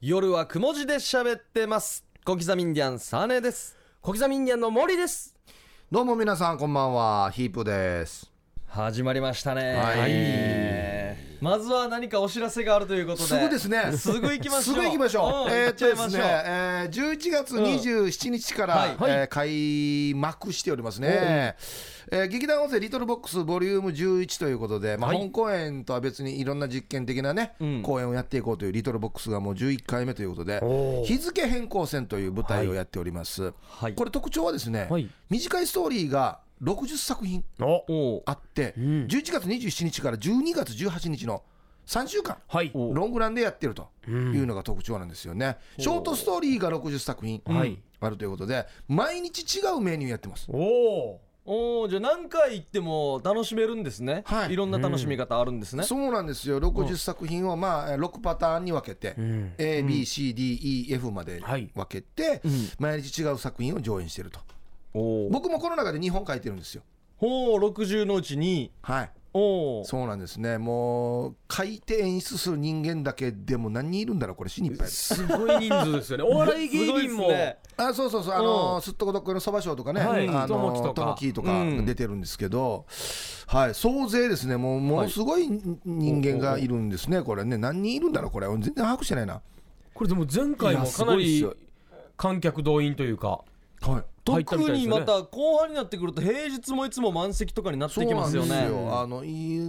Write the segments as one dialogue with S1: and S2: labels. S1: 夜はくも字で喋ってます。小刻みインディアンサネです。
S2: 小刻みインディアンの森です。
S3: どうも皆さんこんばんはヒープです
S1: 始まりましたね。
S3: はい
S1: い。まずは何かお知らせがあるということで。
S3: すぐですね
S1: すぐ行きましょう。
S3: すぐ行きましょう、
S1: ん
S3: えー
S1: 行
S3: っ
S1: っち
S3: と
S1: ゃ
S3: で
S1: いますし
S3: ね、
S1: ょう。
S3: えー、11月27日から、
S1: はい
S3: えー開幕しておりますね、えー劇団音声リトルボックスボリューム11ということで、まあ、
S1: はい
S3: 本公演とは別にいろんな実験的なね、
S1: うん
S3: 公演をやっていこうというリトルボックスがもう11回目ということで日付変更戦という舞台をやっております、
S1: はい。
S3: これ特徴はですね、
S2: はい
S3: 短いストーリーが60作品
S2: お
S1: お
S3: あって、11月27日から12月18日の3週間
S2: はい。
S3: ロングランでやってるというのが特徴なんですよね、ショートストーリーが60作品
S2: はい
S3: あるということで、毎日違うメニューやってます
S2: おお
S1: おーじゃあ何回行っても楽しめるんですね。
S3: はい
S1: いろんな楽しみ方あるんですね。
S3: そうなんですよ60作品をまあえー6パターンに分けて、
S2: ん
S3: ABCDEF まで
S2: はい
S3: 分けて、毎日違う作品を上演してると
S1: おお。
S3: 僕もこの中で2本書いてるんですよ
S1: ほう六十のうちに。
S3: はい
S1: おお。
S3: そうなんですねもう書いて演出する人間だけでも何人いるんだろうこれ死にいっぱいです
S2: すごい人数ですよね。お笑い芸人
S1: す
S2: も。
S1: ごいっ
S3: あそうそうそう、あ
S1: う
S3: のすっとこどっこいのそば賞とかね、
S2: はい
S3: あの
S2: ともきとか
S3: ともきとか
S1: うん
S3: 出てるんですけど、はい、総勢ですね、もうものすごい人人間がいるんですね、これね、何人いるんだろう、これ、全然把握してないな。
S2: これでも前回
S1: いや
S2: も
S1: す
S2: か
S1: ご
S2: ない
S1: っす
S2: り
S1: よ
S2: 観客動員というか。
S3: はい
S2: 入った
S1: 特
S2: みたいです
S1: に
S2: ね
S1: また後半になってくると平日もいつも満席とかになって
S3: そう
S1: き
S3: な
S1: ま
S3: ん
S1: す
S3: で
S1: よ
S3: す
S1: ね。
S3: よ。あのいい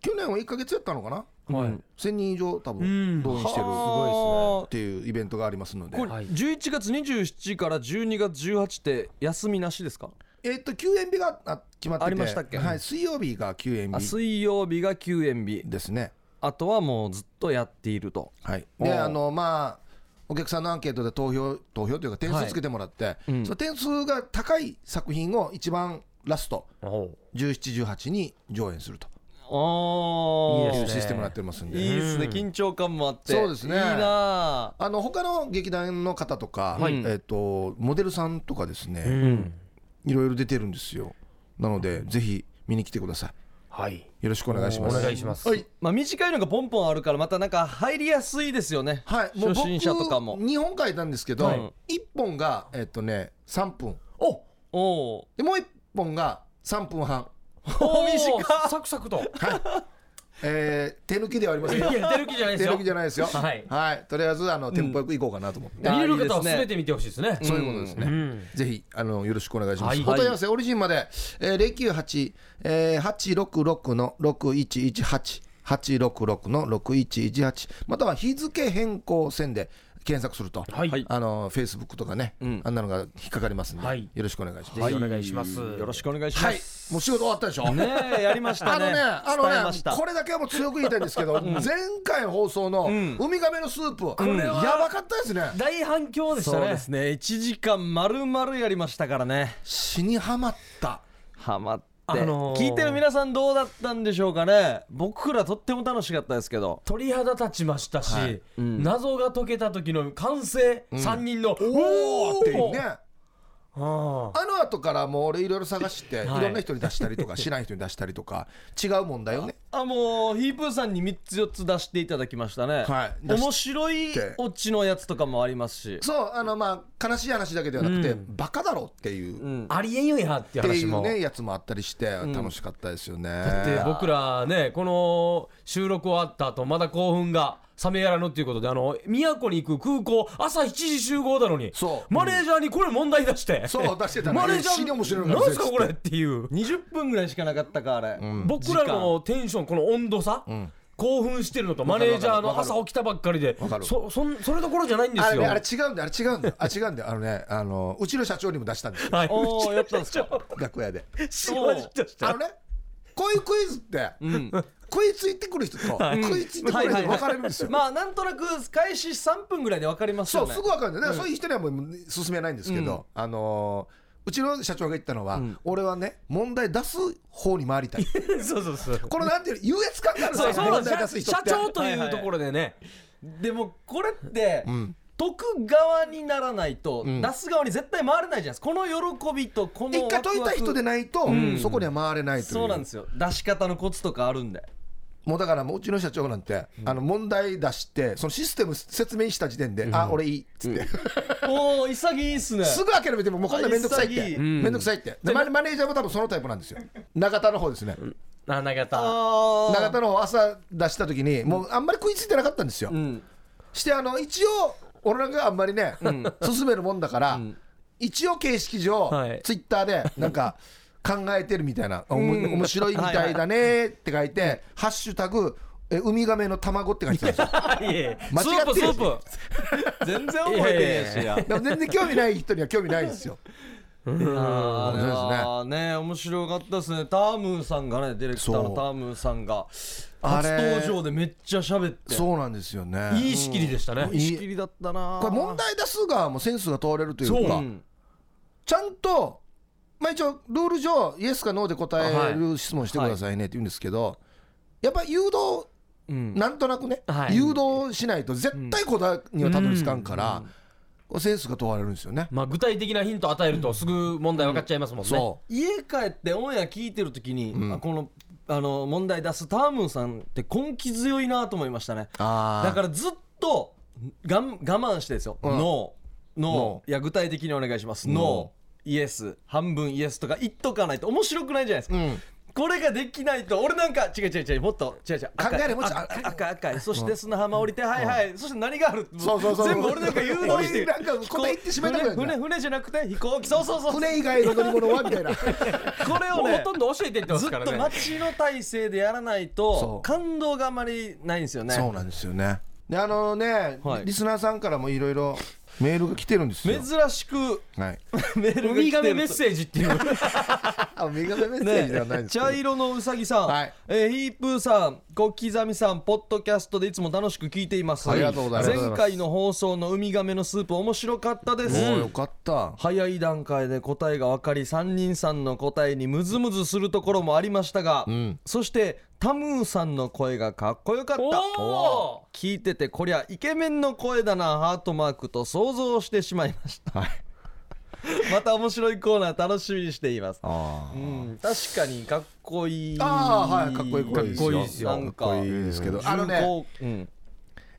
S3: 去年は1か月やったのかな、
S2: はい
S1: うん
S3: 1000人以上、多
S2: う
S3: 分
S2: ん
S3: 動員してる
S1: はあ
S3: っていうイベントがありますので、
S1: これ
S2: はい
S1: 11月27から12月18って休みなしですか
S3: えっと休園日があ決まってて
S1: ありましたっけ
S3: はい、水曜日が休園
S1: あ
S3: 日
S1: 水曜日が休園日
S3: ですね。
S1: あとはもうずっとやっていると
S3: はい、
S1: お
S3: で
S1: ー
S3: あのまあお客さんのアンケートで投票投票というか点数つけてもらって、
S1: うん
S3: その点数が高い作品を一番ラスト1718に上演すると
S1: ああ
S3: い
S2: で
S3: う
S2: すね
S3: システムになってますんで
S1: いいですね緊張感もあって
S3: そうですね
S1: いいなあ
S3: あの他の劇団の方とか、
S1: はい
S3: えっとモデルさんとかです
S2: う
S3: ね、
S2: ん。
S3: いろいろ出てるんですよなのでぜひ見に来てください
S2: はい。
S3: よろしくお願いします
S2: お願いします
S3: はい、
S1: まあ短いのがポンポンあるからまたなんか入りやすいですよね
S3: はい、もう
S1: 初
S3: 僕
S1: 心者とかも
S3: 2本書いたんですけど、
S1: はい
S3: 一1本がえっとね3分
S2: お
S1: おお
S3: でもう1本が3分半
S2: お
S1: 短
S2: 短サクサクと。
S3: えー手抜きではありません
S2: い
S3: よ。
S2: や出る気じゃないで
S3: 手
S2: す
S3: 抜
S2: よ
S3: き。じゃないですよ。
S2: はい
S3: とりあえずあのテンポよくいこうかなと思って。
S2: 見れる方は
S1: あーいいですね
S2: 全て見てほしいですね。
S3: そういうことですね。
S2: ん。
S3: ぜひあのよろしくお願いします。
S2: はい
S3: お問い合わせオリジンまで、えー、098-866の6118 866の6118または日付変更線で検索すると、
S2: はい
S1: はい
S3: あのフェイスブックとかね、
S1: ん
S3: あんなのが引っかかりますんで、
S2: はい
S3: よろしくお願いします。
S2: ぜひお願いします。
S1: よろしくお願いし
S3: は
S1: ま
S3: い
S1: す、
S3: もう仕事終わったでしょ。
S1: ねえやりました
S3: あ
S1: ね
S3: のね、あ
S1: 伝え
S3: の
S1: ま
S3: ね
S1: した、
S3: これだけはもう強く言いたいんですけど、前回放送のウミガメのスープ、これやばかったですね。
S2: 大反響でした
S1: そう
S2: ね
S1: で。すね1時間まるまるやりましたからね
S3: 死にはまった。
S1: ハマって、
S2: あのー
S1: 聞いてる皆さんどうだったんでしょうかね僕らとっても楽しかったですけど
S2: 鳥肌立ちましたし、
S3: はい
S1: うん
S2: 謎が解けた時の完成、三3人の
S3: お
S2: 「
S3: ーっていうね。
S2: あー
S3: あの後からもう俺いろいろ探して、い
S2: はい
S3: ろんな人に出したり とか、知らん人に出したりとか、違う問題をね。
S1: あもうヒープーさんに3つ4つ出していただきましたね、
S3: はい出し
S1: 面白いオチのやつとかもありますし
S3: そう、あのまあ、悲しい話だけではなくて、
S2: うん
S3: バカだろっていう、
S1: う
S3: っ
S1: ん
S2: ありえんよやっていう
S3: てい
S2: 話
S3: う
S2: も。
S3: ね、やつもあったりして、楽しかったですよね。
S2: で僕らねこの収録終わった後まだ興奮が冷めやらぬっていうことであの宮古に行く空港朝7時集合だのに
S3: そう
S2: マネージャーにこれ問題出して
S3: そう、出してた
S2: マネージ
S3: 死に
S2: ャ
S3: 面白い
S2: ー
S3: の
S2: 何
S3: ら
S2: すかこれっていう
S1: 20分ぐらいしかなかったかあれ、
S2: 僕らのテンションこの温度差、興奮してるのとマネージャーの朝起きたばっかりで
S3: わかる
S2: そそんそれどころじゃないんで
S3: あ
S2: す
S3: れ
S2: よ
S3: ね、あれ違うんだよ、あれ違うんだよ、あ、違うんだよ、あのね、あの、うちの社長にも出したん ですよ、
S2: はい、
S1: おー
S2: うちの
S1: やったん ですか
S2: 社長
S3: 楽屋で。
S2: しまじったし
S3: あ
S2: た
S3: のね、こういうクイズって、
S1: ん
S3: 食いついてくる人と、食いついてくる人に分かれるんですよ。
S1: まあなんとなく開始3分ぐらいで分かります
S3: そ
S1: よ
S3: う、
S1: ね
S3: すぐ分かるんだよ。だからそういう人にはもう進めないんですけど、あのー、うちの社長が言ったのは、俺はね、問題出す方に回りたい。
S2: そうそうそう
S3: このなんていうの優越感があるんです
S2: そう
S3: よ、
S2: そう
S3: 問題
S2: 社
S3: 出す人
S2: 社
S3: って。
S2: 長というところでね、
S1: でもこれって、
S3: ん
S1: 得側にならないと、
S3: ん
S1: 出す側に絶対回れないじゃないですかこの喜びとこの
S3: 一回解いた人でないと
S1: ん、
S3: そこには回れないという。
S1: そうなんですよ出し方のコツとかあるんで
S3: もうだからもううちの社長なんて、あの問題出してそのシステム説明した時点で、あ俺いいっつって、
S1: おお潔いっすね
S3: すぐ諦めてももうこんなめんどくさい
S1: あ
S3: って
S1: 潔い
S3: めんどくさいってでマネマネージャーも多分そのタイプなんですよ中田の方ですね
S2: あ長田
S1: あ
S3: 中田の方朝出した時にもうあんまり食いついてなかったんですよ、
S1: ん
S3: してあの一応俺なんかがあんまりね、進めるもんだから、一応形式上、
S2: はい
S3: ツイッターでなんか考えてるみたいな、おも面白いみたいだねって書いて、ハッシュタグえウミガメの卵って書いてたんですよ
S2: いやいや
S3: 間違
S2: スー
S3: って
S2: プス
S3: る
S2: ープ
S1: ー全然覚えてねえしや
S3: でも全然興味ない人には興味ないですよ
S1: あー
S3: 面白いですね
S1: あーね面白かったですねタームーさんがねディレクターの
S3: そう
S1: タームーさんが初
S3: あれ
S1: 登場でめっちゃ喋って
S3: そうなんですよね
S2: いい仕切りでしたね
S3: い
S1: 仕切りだったな
S3: これ問題出す側もセンスが問われるというか、
S1: うん
S3: ちゃんと、まあ、一応ルール上イエスかノーで答える質問してくださいねって言うんですけど、やっぱ誘導
S1: うん
S3: なんとなくね、
S2: はい
S3: 誘導しないと絶対答えにはたどり着かんから、これセンスが問われるんですよね。
S2: まあ具体的なヒント与えるとすぐ問題分かっちゃいますもんね、
S3: そ
S1: 家帰ってオンエア聞いてる時に、あこのあの問題出すタームーさんって根気強いなと思いましたね
S3: うあ
S1: だからずっとがん我慢してですよ、
S3: ん
S1: ノーノ
S3: ノ
S1: ーいや具体的にお願いします
S3: ノー
S1: ノーイエス半分イエスとか言っとかないと面白くないじゃないですか、
S3: うん
S1: これができないと俺なんか違う違う違うもっと違う違う赤い
S3: 考えれもうちょい
S1: 赤い赤い赤いそして砂浜降りてはいはいそして何がある
S3: そうそうそう
S1: 全部俺なんか誘導して
S3: 俺なんか答え言ってしまいたくな
S1: 船
S3: るんだ
S1: 船船じゃなくて飛行機そうそうそうこ
S3: 船以外の乗り物はみたいな
S1: れ
S2: も
S1: を
S2: う
S1: ね
S2: ほとんど教えていってま
S1: ず
S2: す
S1: っ
S2: から
S1: と
S2: ね
S1: 街の体制でやらない
S3: そ
S1: と
S3: う
S1: 感動があまりないんですよね
S3: そうなんですよねであのね、
S1: はい
S3: リスナーさんからもいろいろメールが来てるんですよ
S1: 珍、しく
S3: はい、
S1: メールが来てると
S2: ウミガメメッセージっていう
S3: あメガネメッセージではないん
S1: ね、
S3: ですけど、
S1: 茶色のうさぎさん、
S3: はい
S1: えーヒープーさん、小刻みさん、ポッドキャストでいつも楽しく聞いています。
S3: ありがとうございます
S1: 前回の放送のウミガメのスープ面白かったです。
S3: おーよかった
S1: 早い段階で答えが分かり3人さんの答えにムズムズするところもありましたが、
S3: ん
S1: そしてタムーさんの声がかっこよかった
S2: おー
S1: 聞いててこりゃイケメンの声だなハートマークと想像してしまいました、 また面白いコーナー楽しみにしています
S3: あー
S1: うん、確かにかっこいい
S3: あーはいかっこいい声ですよ
S1: かっこいいですよなんか
S3: かっこいいですけど
S1: 重厚
S3: あのね
S1: うん、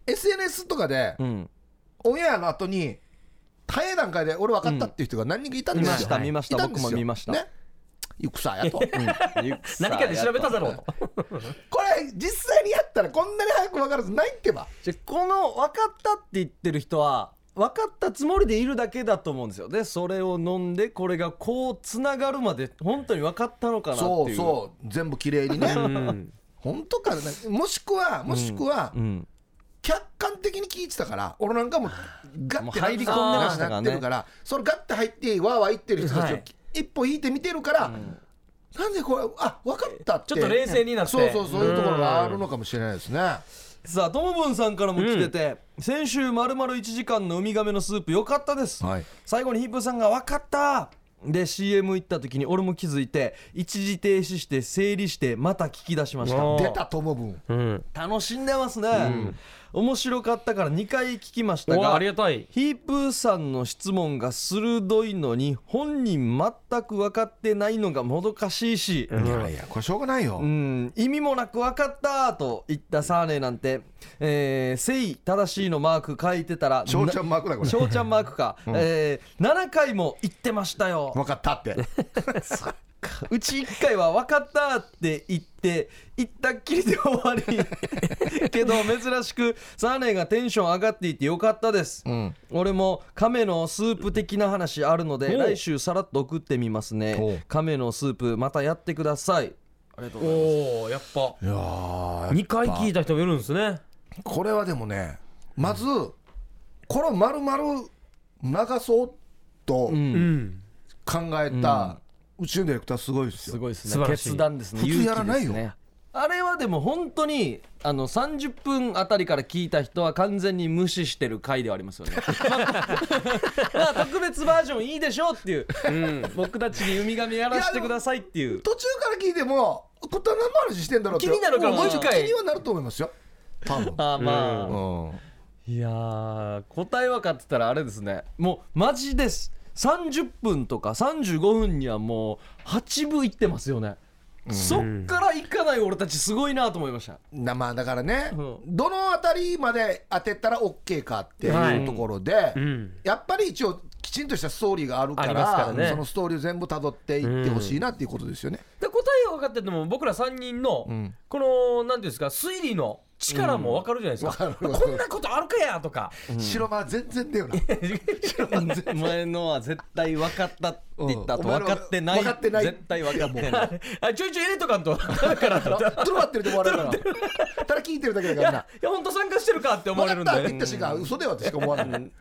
S3: SNS とかで
S1: うん、
S3: オンエアの後に早い段階で俺分かったっていう人が何人かいたんですよ、
S1: 見ました見ました
S3: いんですよ
S1: 僕も見ました
S3: ねゆくさやと、
S2: 何かで調べただろ
S1: う
S2: うと
S3: これ実際にやったらこんなに早く分からずないってば
S1: じゃこの分かったって言ってる人は分かったつもりでいるだけだと思うんですよでそれを飲んでこれがこうつながるまで本当に分かったのかなっていう
S3: そうそう全部綺麗にね本当かねもしくはもしくは、
S1: うん、
S3: 客観的に聞いてたから俺なんかもガッ
S1: もう
S3: て
S1: 入り込んでましたからね
S3: なってるからそのガッて入ってわーわー言ってる人たちを
S2: はい
S3: 一歩引いて見てるから、なんでこれあ分かったって
S2: ちょっと冷静になって
S3: そうそうそういうところがあるのかもしれないですね
S1: さあトムブンさんからも来てて、先週まるまる1時間のウミガメのスープ良かったです、
S3: はい
S1: 最後にヒップーさんが「分かった!」で CM 行った時に俺も気づいて一時停止して整理してまた聞き出しました
S2: お
S3: 出たともぶん
S2: うん
S1: 楽しんでますね、面白かったから2回聞きました
S2: お
S1: が
S2: ありがたい
S1: ヒープーさんの質問が鋭いのに本人全く分かってないのがもどかしいし、
S3: いやいやこれしょうがないよ、
S1: うん、意味もなく分かったと言ったサーネなんて「えー、誠意正しい」のマーク書いてたら
S3: 翔ちゃんマークだこれ
S1: しょうちゃんマークか、えー、7回も言ってましたよ
S3: 分かったって
S1: うち1回は分かったって言って言ったっきりで終 わりけど珍しくサーネがテンション上がっていてよかったです、
S3: ん
S1: 俺も亀のスープ的な話あるので
S2: おう
S1: 来週さらっと送ってみます
S3: おう
S1: ね亀のスープまたやってくださいありがとうございます
S2: おおやっぱ
S3: いやー
S2: 2回聞いた人もいるんですね
S3: これはでもねまずこれを丸々流そうと
S2: うん
S3: 考えた宇宙のディレクターすごいですよ
S1: すごいです
S2: 素
S1: ね
S2: 晴らしい
S1: 決断ですね
S3: 普通やらない
S1: 勇
S3: よ
S1: 気ですねあれはでも本当にあの30分あたりから聞いた人は完全に無視してる回ではありますよ ねまあ特別バージョンいいでしょうっていう、僕たちにウミガメやらせてくださいっていう
S3: 途中から聞いても、これは何の話してんだろうって
S2: 気になるから
S3: もう
S2: もう一回
S3: 気にはなると思いますよ、多分
S1: あーまあ、
S3: うん
S1: いやー答え分かってたらあれですねもうマジです30分とか35分にはもう8分いってますよねそっから行かない俺たちすごいなと思いました
S3: なまあだからね、
S1: うん
S3: どのあたりまで当てたら OK かっていうところで、
S2: ん
S3: やっぱり一応きちんとしたストーリーがあるか
S2: あ
S3: ら
S2: りますからね
S3: そのストーリーを全部たどっていってほしいなっていうことですよね。
S2: で答えは分かってても僕ら3人の、
S3: ん
S2: このなんていうんですか推理の力も分かるじゃないですか、
S3: うんわかる
S2: こんなことあるかやとか
S3: 白間全然だよ な
S1: お前のは絶対分かったって言った後
S3: うんお前
S1: 分
S3: の
S1: かってない
S3: 分かってない
S1: 絶対分かってない
S2: あちょいちょい入れとかんとだからと
S3: あの
S2: い
S3: とろわってると思われる からただ聞いてるだけだからな
S2: や いや本当参加してるかって思
S3: 分
S2: われ
S3: か
S2: る
S3: っ
S2: ん
S3: たって言
S2: で
S3: った瞬間嘘ではってしか思わない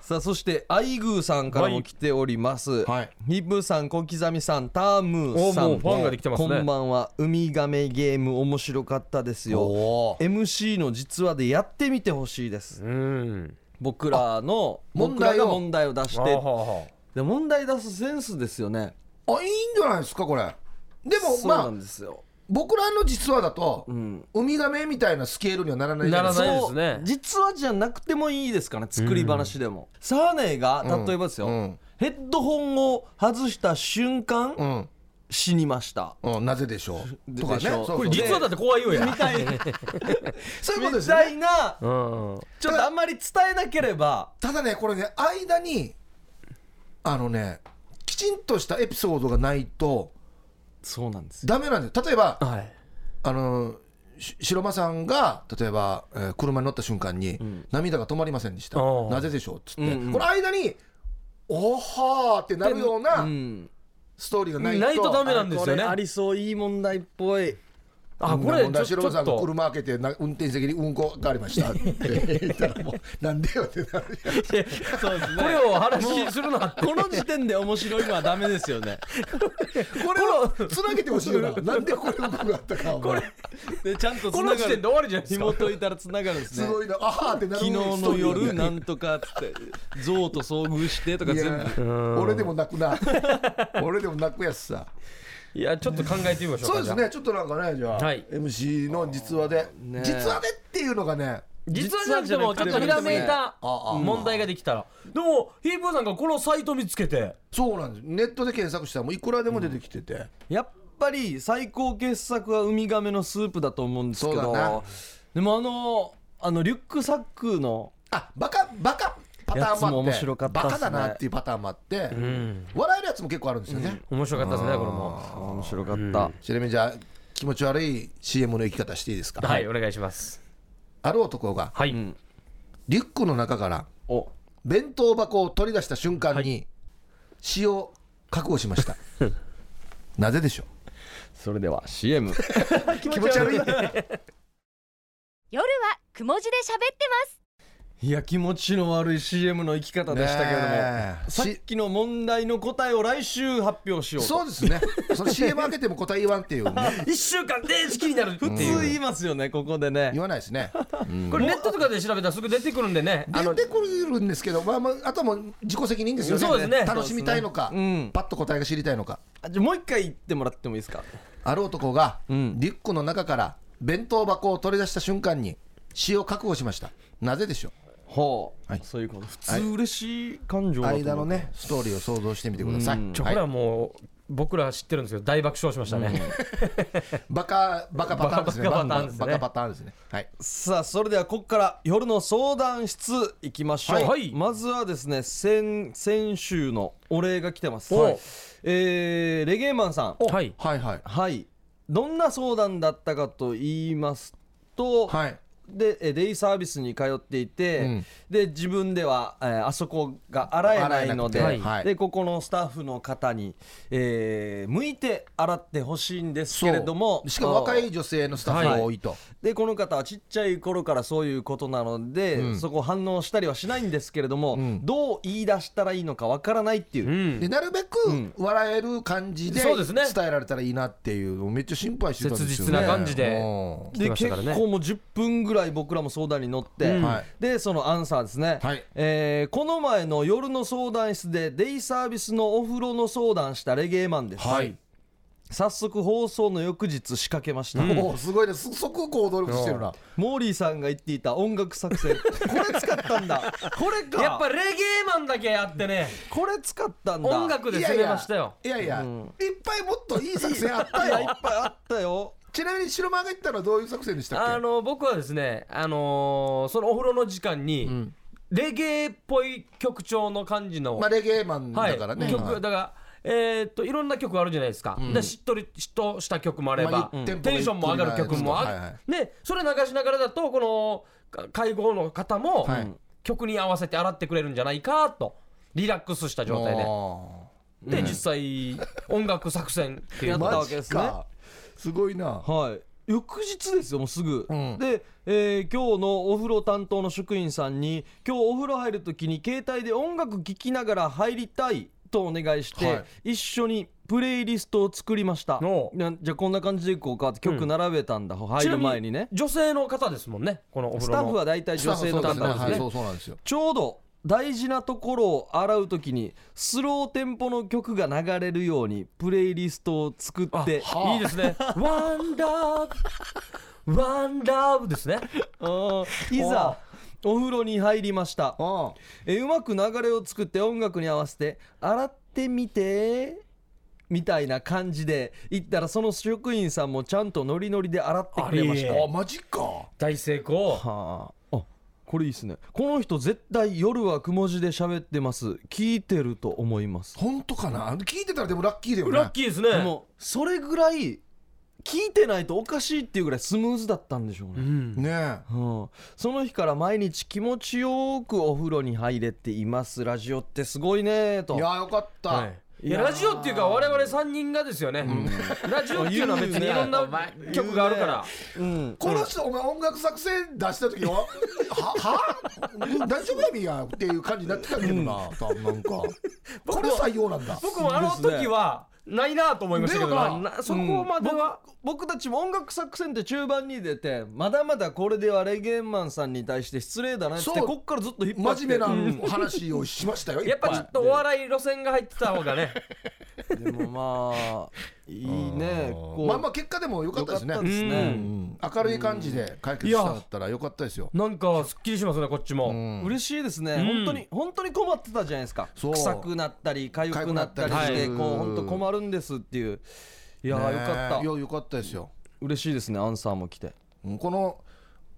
S1: さあそしてアイグーさんからも来ております、
S3: はい
S1: ヒップーさん小刻みさんタームーさ
S2: おもうんファンができてますね
S1: こんばんはウミガメゲーム面白かったですよ
S3: おー
S1: MC の実話でやってみてほしいです
S2: うん
S1: 僕らの
S3: 問
S1: 僕
S3: 題を
S1: らが問題を出し
S2: あ
S1: て
S2: はは
S1: で問題出すセンスですよね
S3: あいいんじゃないですかこれでも
S1: そう
S3: ま
S1: な
S3: あ
S1: んですよ、
S3: 僕らの実話だと、
S1: ん
S3: ウミガメみたいなスケールにはならないじゃないです
S2: な
S3: から
S2: ないですね
S1: そう実話じゃなくてもいいですから作り話でも、サーネーが例えばですよ、
S3: うん
S1: ヘッドホンを外した瞬間、死にました
S3: うん、うん、なぜでしょう
S1: で
S3: とかね
S1: でしょう
S3: そうそう
S2: これ実はだって怖いよや、
S3: そういう
S1: み
S3: ことです
S1: た
S3: ね
S1: いな
S2: うん、
S1: ちょっとあんまり伝えなければ
S3: ただねこれね間にあのねきちんとしたエピソードがないと
S1: そうなんですよ
S3: ダメなんですよ例えば
S2: はい
S3: あのし白間さんが例えば、えー車に乗った瞬間に、涙が止まりませんでした
S2: あー
S3: なぜでしょうっつって、
S1: うんうん
S3: この間におはーってなるよう
S1: う
S3: なんストーリーがないと,、
S2: ないとダメなんですよね
S1: ありそういい問題っぽい
S2: あこ
S3: こ
S2: れ
S3: れ
S2: ちょち
S3: 白
S2: ょ
S3: 間さ
S2: っ
S3: んが
S2: と
S3: 車開けてな運転席にうんこがありましたって言ったらもうなんでよってなるじゃん
S2: いやこれを話するなって
S1: この時点で面白いのはダメですよね
S3: これをつなげてほしいよななんでこれうんこがあったかお前
S1: でちゃんと
S2: こ
S1: 繋
S2: の
S1: が
S2: 時点で
S1: る
S2: 終わりじゃないですか
S1: 紐解いたら繋がるんです
S3: す
S1: ね
S3: ごいなあはーってなる
S1: 昨日
S3: スト
S1: の
S3: ーリー
S1: 夜
S3: がね
S1: なんとかっつって象と遭遇してとか
S3: い
S1: 全部
S3: や俺でも泣くな俺でも泣くやつさ
S2: いやちょっと考えてみましょうか
S3: そうです
S2: じゃあ
S3: ねちょっとなんかねじゃあ、
S2: はい
S3: MC の実話で、
S1: ね
S3: 実話でっていうのがね
S2: 実はじゃなくてもちょっとひらめいた
S3: ああ
S2: 問題ができたらでもヒープーさんがこのサイト見つけて
S3: そうなんですネットで検索したらもういくらでも出てきてて、
S1: やっぱり最高傑作はウミガメのスープだと思うんですけ
S3: そうだな
S1: どでもあのあのリュックサックの
S3: あバカバカパター
S1: や
S3: ンもあって
S1: つも面白かったっす
S3: バ
S1: ね
S3: カだなっていうパターンもあって、笑えるやつも結構あるんですよね、
S2: 面白かったですねこれも
S1: 面白かった
S3: ちなみにじゃあ気持ち悪い CM の生き方していいですか、
S2: はいお願いします
S3: ある男が
S2: はい
S1: ん
S3: リュックの中から
S1: お
S3: 弁当箱を取り出した瞬間に死を覚悟し ました、なぜでしょう
S1: それでは CM
S3: 気持ち悪い
S4: 夜はくも字で喋ってます
S1: いや気持ちの悪い CM の生き方でしたけれども、
S3: ねえ
S1: さっきの問題の答えを来週発表しようと
S3: そうですね。その CM 開けても答え言わんっていうね、
S2: 一週間で好きになるって
S1: 普
S2: い
S1: 通
S2: う
S1: 言いますよねここでね
S3: 言わないですね。
S2: これネットとかで調べたらすぐ出てくるんでねあの
S3: 出てくるんですけど、まあまああとはもう自己責任ですよね。
S2: そうですね
S3: 楽しみたいのか、
S1: そうですねうん
S3: パッと答えが知りたいのか。
S1: あじゃあもう一回言ってもらってもいいですか
S3: ある男が
S1: ん
S3: リュックの中から弁当箱を取り出した瞬間に死を覚悟しました。なぜでしょ
S1: ほう、
S3: はい
S1: そういうこと普通嬉しい感情
S3: う。
S1: だと思う
S3: 間のねストーリーを想像してみてください。
S2: ちょこ
S3: はい
S2: れはもう僕ら知ってるんですけど大爆笑しましたね
S3: バカバカパターンですね。
S2: バカパターンですね
S3: バカパターンですね。はい。
S1: さあそれではここから夜の相談室行きましょう、
S2: はいはい
S1: まずはですね先先週のお礼が来てます、
S2: お
S1: えーレゲエマンさん
S2: はい
S3: はいはい
S1: はいどんな相談だったかと言いますと、
S3: はい。
S1: でえデイサービスに通っていて、
S3: うん
S1: で自分では、えーあそこが洗えないので,、
S3: 洗えなくてはい
S1: でここのスタッフの方に、えー向いて洗ってほしいんですけれども
S3: しかも若
S1: あ
S3: い女性のスタッフが多いと。
S1: でこの方はちっちゃい頃からそういうことなので、そこ反応したりはしないんですけれども、
S3: ん
S1: どう言い出したらいいのかわからないっていう、
S2: うん
S3: でなるべく笑える感じで
S2: そうですね
S3: 伝えられたらいいなっていうのをめっちゃ心配してたんですよね
S2: 切実な感じで
S3: うん
S1: で
S2: 来てまし
S1: 結
S2: たからね
S1: 構もう10分ぐらい僕らも相談に乗って、
S2: うん
S3: はい
S1: でそのアンサーですね、
S3: はい
S1: えーこの前の夜の相談室でデイサービスのお風呂の相談したレゲエマンです、
S3: はい
S1: 早速放送の翌日仕掛けました、
S3: おおすごいねす即行動力してるな
S1: モーリーさんが言っていた音楽作成これ使ったんだこれか
S2: やっぱレゲエマンだけあってね
S1: これ使ったんだ
S2: 音楽で攻めましたよ
S3: いやいやいやいや、
S1: うん
S3: いっぱいもっといい作戦あった
S1: いやいっ
S3: よ
S1: ぱいあったよ
S3: ちなみに白間が言ったのはどういう作戦でしたっけ
S2: あの僕はですねあのーそのお風呂の時間に、
S3: ん
S2: レゲエっぽい曲調の感じの、
S3: まあ、レゲエマン
S2: はい
S3: だからね、
S2: 曲
S3: はい
S2: だからえーっといろんな曲あるじゃないですか、でしっとりしっとした曲もあれば、
S3: まあゆテンポが
S2: テンションも上がる曲もあ
S3: はいはい
S2: ねそれ流しながらだとこのか会合の方も、
S3: はい
S2: 曲に合わせて洗ってくれるんじゃないかとリラックスした状態で
S3: あ
S2: で、実際音楽作戦っていう
S1: や
S3: ー
S1: っ
S2: の
S1: た
S2: が
S1: わ
S3: マ
S1: け
S3: ジ
S1: ですね
S3: かすごいな
S1: はい翌日ですよもうすぐ、
S3: うん
S1: で、えー今日のお風呂担当の職員さんに今日お風呂入る時に携帯で音楽聴きながら入りたいとお願いして、
S3: は
S1: 一緒にプレイリストを作りました
S2: おう
S1: なじゃあこんな感じでいこうかって曲並べたんだ、入
S2: ち
S1: る
S2: なみ
S1: 前にね
S2: 女性の方ですもんねこのお
S1: ス
S2: 風
S1: タ
S2: 呂
S1: ッフ
S2: の
S1: は大体女性の方
S3: そう
S1: です
S3: はい
S1: ね
S3: そうそうなんですよ
S1: ちょうど大事なところを洗う時にスローテンポの曲が流れるようにプレイリストを作って
S2: あいいですね「ワンラブ ワンラブですね
S1: うんいざお風呂に入りました
S3: あ
S1: えうまく流れを作って音楽に合わせて洗ってみてみたいな感じで行ったらその職員さんもちゃんとノリノリで洗ってくれまし
S2: あ
S1: た
S2: りえ
S3: あマジか
S2: 大成功
S1: はああこれいいっすねこの人絶対夜はくも字で喋ってます聞いてると思います
S3: 本当かなあの聞いてたらでもラッキーだよね
S2: ラッキーですね
S1: でもそれぐらい聞いてないとおかしいっていうぐらいスムーズだったんでしょうね、
S2: うん
S3: ね
S1: うん、その日から毎日気持ちよくお風呂に入れていますラジオってすごいね
S3: え
S1: と
S3: いやよかった、
S2: いやラジオっていうか我々三人がですよね、ラジオっていうのは別にいろんな曲があるから、
S1: うん、
S3: この人お前音楽作戦出した時ははは大丈夫やみやっていう感じになってたけどな、多分なんかこれ採用なんだ
S2: 僕もあの時はないなと思いましたけど
S3: で
S2: な
S3: もな
S2: なそこまでは、
S1: 僕たちも音楽作戦って中盤に出てまだまだこれではレゲエマンさんに対して失礼だねっつって
S3: そう
S1: こっからずっと引っ張って
S3: 真面目な話をしましたよい
S2: や
S3: っ
S2: っぱ
S3: ぱ
S2: ちょ
S3: い
S2: っとお笑い路線が入ってた方 がね
S1: でもまあいいねこう
S3: まあまあ結果でも良かったです
S1: 良
S3: ね
S1: かったですね
S3: うん明るい感じで解決したかったら良かったですよ
S2: なんかすっきりしますねこっちも、
S3: うん
S1: 嬉しいですね、本
S2: ん
S1: 当に本当に困ってたじゃないですか
S3: そう
S1: 臭くなったり痒くなったり
S2: 痒くなっ
S1: し
S2: たり
S1: て、
S3: はい
S1: こう本当困るんですっていういやー、
S3: ねえ
S1: よかっ
S3: い
S1: た
S3: や良かったですよ
S1: 嬉しいですねアンサーも来て
S3: うんこの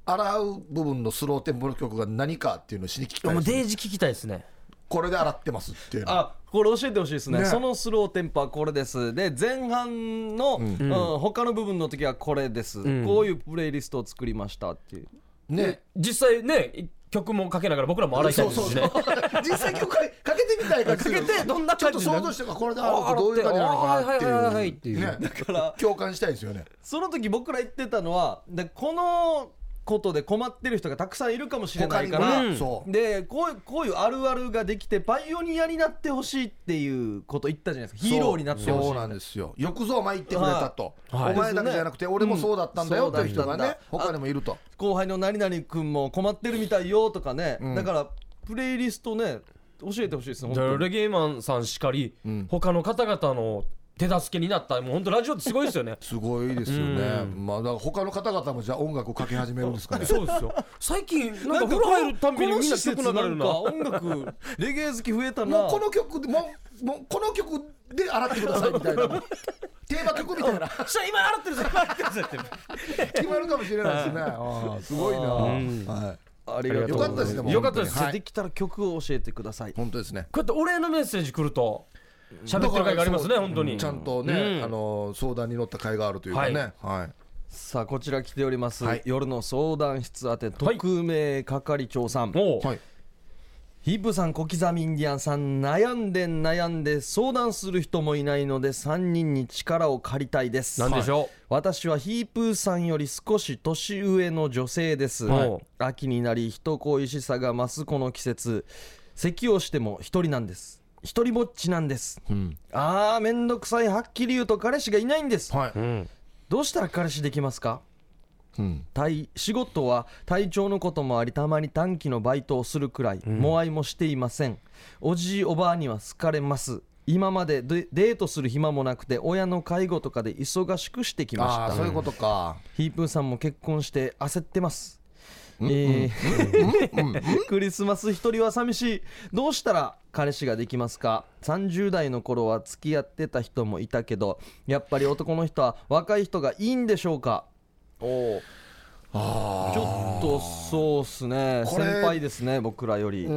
S3: 洗う部分のスローテンポの曲が何かっていうのをしに聞きたい
S2: も
S3: で
S2: う
S3: すね
S2: デイジ聞きたいですね
S3: これで洗ってますっていうの
S1: あこれ教えてほしいですね
S3: ね
S1: そのスローテンポはこれですで前半の、うん他の部分の時はこれです、
S2: ん
S1: こういうプレイリストを作りましたっていう
S3: ね
S2: 実際ね曲もかけながら僕らも洗いたい
S3: そう
S2: です
S3: そう
S2: し
S3: そ
S2: ね
S3: う 実際曲かけかけてみたいかけ
S2: かけてどんな
S3: ちょっ
S2: 感じ
S3: と
S2: にな
S3: 想像
S2: る
S3: してこれで洗うとどういう感じなのかなってい
S2: あ洗ってあーはいはいはいはいうっていう
S3: ね
S1: から
S3: 共感したいですよね
S1: その時僕ら言ってたのはでこのことで困ってる人がたくさんいるかもしれないから、
S3: 他にもねそう
S1: でこういうこういうあるあるができてパイオニアになってほしいっていうこと言ったじゃないですかヒーローになってほしい
S3: そうなんですよよくぞお前言ってくれたと、
S2: はい
S3: お前だけじゃなくて俺もそうだったんだよっていう人がね、
S1: うん
S3: 他にもいると
S1: 後輩の何々君も困ってるみたいよとかね、だからプレイリストね教えてほしいですね
S2: じゃあ
S1: 本当
S2: レ
S1: に
S2: ゲエマンさんしかり、
S3: ん
S2: 他の方々の手助けになったもう本当ラジオってすごいですよね
S3: すごいですよね、まあだから他の方々もじゃあ音楽をかけ始めるんですかね
S2: そうですよ最近なんか
S1: なんか
S2: 風呂入るたんびにみんな曲
S1: こ
S2: 流
S1: の
S2: れるな
S1: この施設なんか音楽レゲエ好き増えたな
S3: もうこの曲でもうもうこの曲で洗ってくださいみたいなテーマ曲みたいな
S2: そしたら今洗ってるぞ今洗ってるぞって
S3: 決まるかもしれないですねああすごいな、はい、
S1: ありがとう
S3: よかったですねもう
S2: よかったです
S3: 本当にはい
S1: できたら曲を教えてください
S3: 本当ですね
S2: こうやってお礼のメッセージ来ると喋ってる会がありますね
S3: だから
S2: 本当に
S3: ちゃんとね、
S2: うん
S3: あの相談に乗った甲斐があるというかね、
S2: は
S3: はいい
S1: さあこちら来ております、
S3: はい
S1: 夜の相談室宛て匿名係長さん、
S2: おう
S3: はい、
S1: ヒップさん小刻みインディアンさん悩んで悩んで相談する人もいないので3人に力を借りたいです
S2: なんでしょう
S1: はい私はヒープーさんより少し年上の女性です、
S2: はい
S1: 秋になり人恋しさが増すこの季節咳をしても一人なんです一人ぼっちなんです、ああめんどくさいはっきり言うと彼氏がいないんです、
S3: はい
S2: うん
S1: どうしたら彼氏できますか
S3: うん
S1: 体仕事は体調のこともありたまに短期のバイトをするくらい、もう愛もしていませんおじいおばあには好かれます今までデデートする暇もなくて親の介護とかで忙しくしてきま
S3: ああー
S1: し
S3: そう
S1: た
S3: いうことか、
S1: ヒープーさんも結婚して焦ってますえー クリスマス一人は寂しいどうしたら彼氏ができますか30代の頃は付き合ってた人もいたけどやっぱり男の人は若い人がいいんでしょうかおーちょっとそうっすね
S3: こ
S1: 先
S3: れ
S1: 輩ですね僕らより、
S3: うー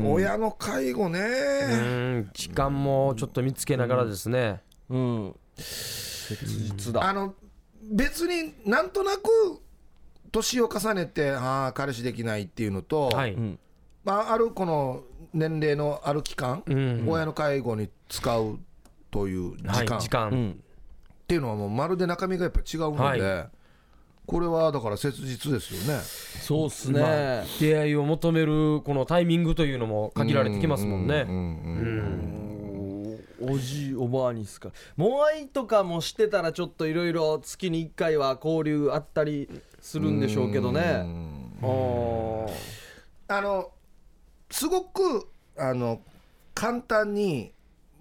S3: ん親の介護ね、
S2: うん時間もちょっと見つけながらですね、
S1: うん。切実だ。
S3: あの別になんとなく年を重ねてああ彼氏できないっていうのと、
S2: はい、
S1: うん。
S3: まあ、あるこの年齢のある期間、
S2: うん
S3: 親の介護に使うという時
S2: はい
S3: 間,、
S2: 時
S1: う
S2: 間、
S1: ん。
S3: っていうのはもうまるで中身がやっぱ違うので、
S2: は
S3: これはだから切実ですよね。
S1: そうっすね。
S2: まあ出会いを求めるこのタイミングというのも限られてきますもんね
S3: ううんうん
S1: おじいおばあにっすかモアイとかもしてたらちょっといろいろ月に1回は交流あったりするんでしょうけどねあー
S3: あのすごくあの簡単に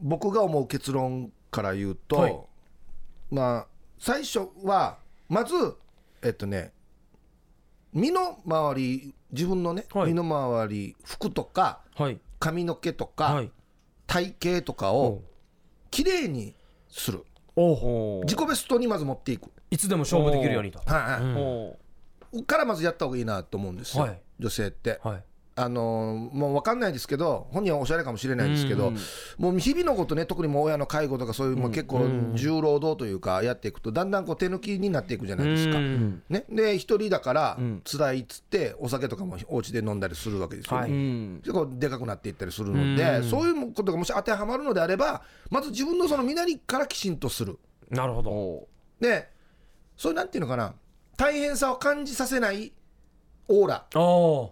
S3: 僕が思う結論から言うと、
S2: はい
S3: まあ最初はまずえっとね身の回り自分のね、
S2: はい
S3: 身の回り服とか
S2: はい
S3: 髪の毛とか、
S2: はい
S3: 体型とかを綺麗にする
S2: おう
S1: お
S3: 自己ベストにまず持っていく、
S2: いつでも勝負できるようにと
S3: はいはい
S2: うん
S1: お
S3: からまずやった方がいいなと思うんですよ、
S2: はい
S3: 女性って。
S2: はい
S3: あのーもう分かんないですけど、本人はおしゃれかもしれないですけど、もう日々のことね、特にもう親の介護とか、そういう、もう結構重労働というか、やっていくと、だんだんこう手抜きになっていくじゃないですか
S2: う。ん
S3: ね、で、一人だから
S1: うん、
S3: 辛いっつって、お酒とかもお家で飲んだりするわけですよ
S2: は
S1: う
S2: い
S3: ね。
S1: ん
S3: でこうでかくなっていったりするので、
S2: うん
S3: そういうことがもし当てはまるのであれば、まず自分のその身なりからきちんとする。
S2: なるほど
S1: お
S3: で、そういうなんていうのかな、大変さを感じさせないオーラ
S2: お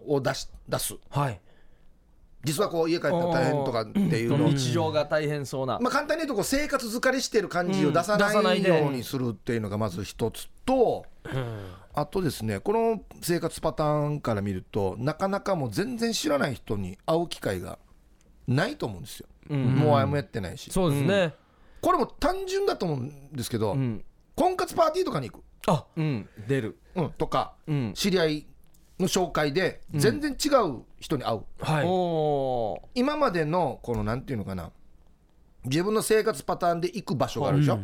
S2: お
S3: を出し出す。
S2: ーはい
S3: 実はこう家帰ったら大変とかっていうのを、
S1: 日常が大変そうな
S3: まあ、簡単に言うとこう生活疲れしてる感じを出さ
S2: うん出さ
S3: な
S2: ないいで
S3: ようにするっていうのがまず一つと、あとですねこの生活パターンから見るとなかなかもう全然知らない人に会う機会がないと思うんですよ、もうあやもやってないし
S2: そうですね
S3: これも単純だと思うんですけど、
S1: うん
S3: 婚活パーティーとかに行く、
S2: あ
S1: うん出る
S3: うん、とか、
S1: うん
S3: 知り合いの紹介で全然違う人に会う。
S2: はい
S1: お
S3: 今までのこのなんていうのかな自分の生活パターンで行く場所があるでしょ、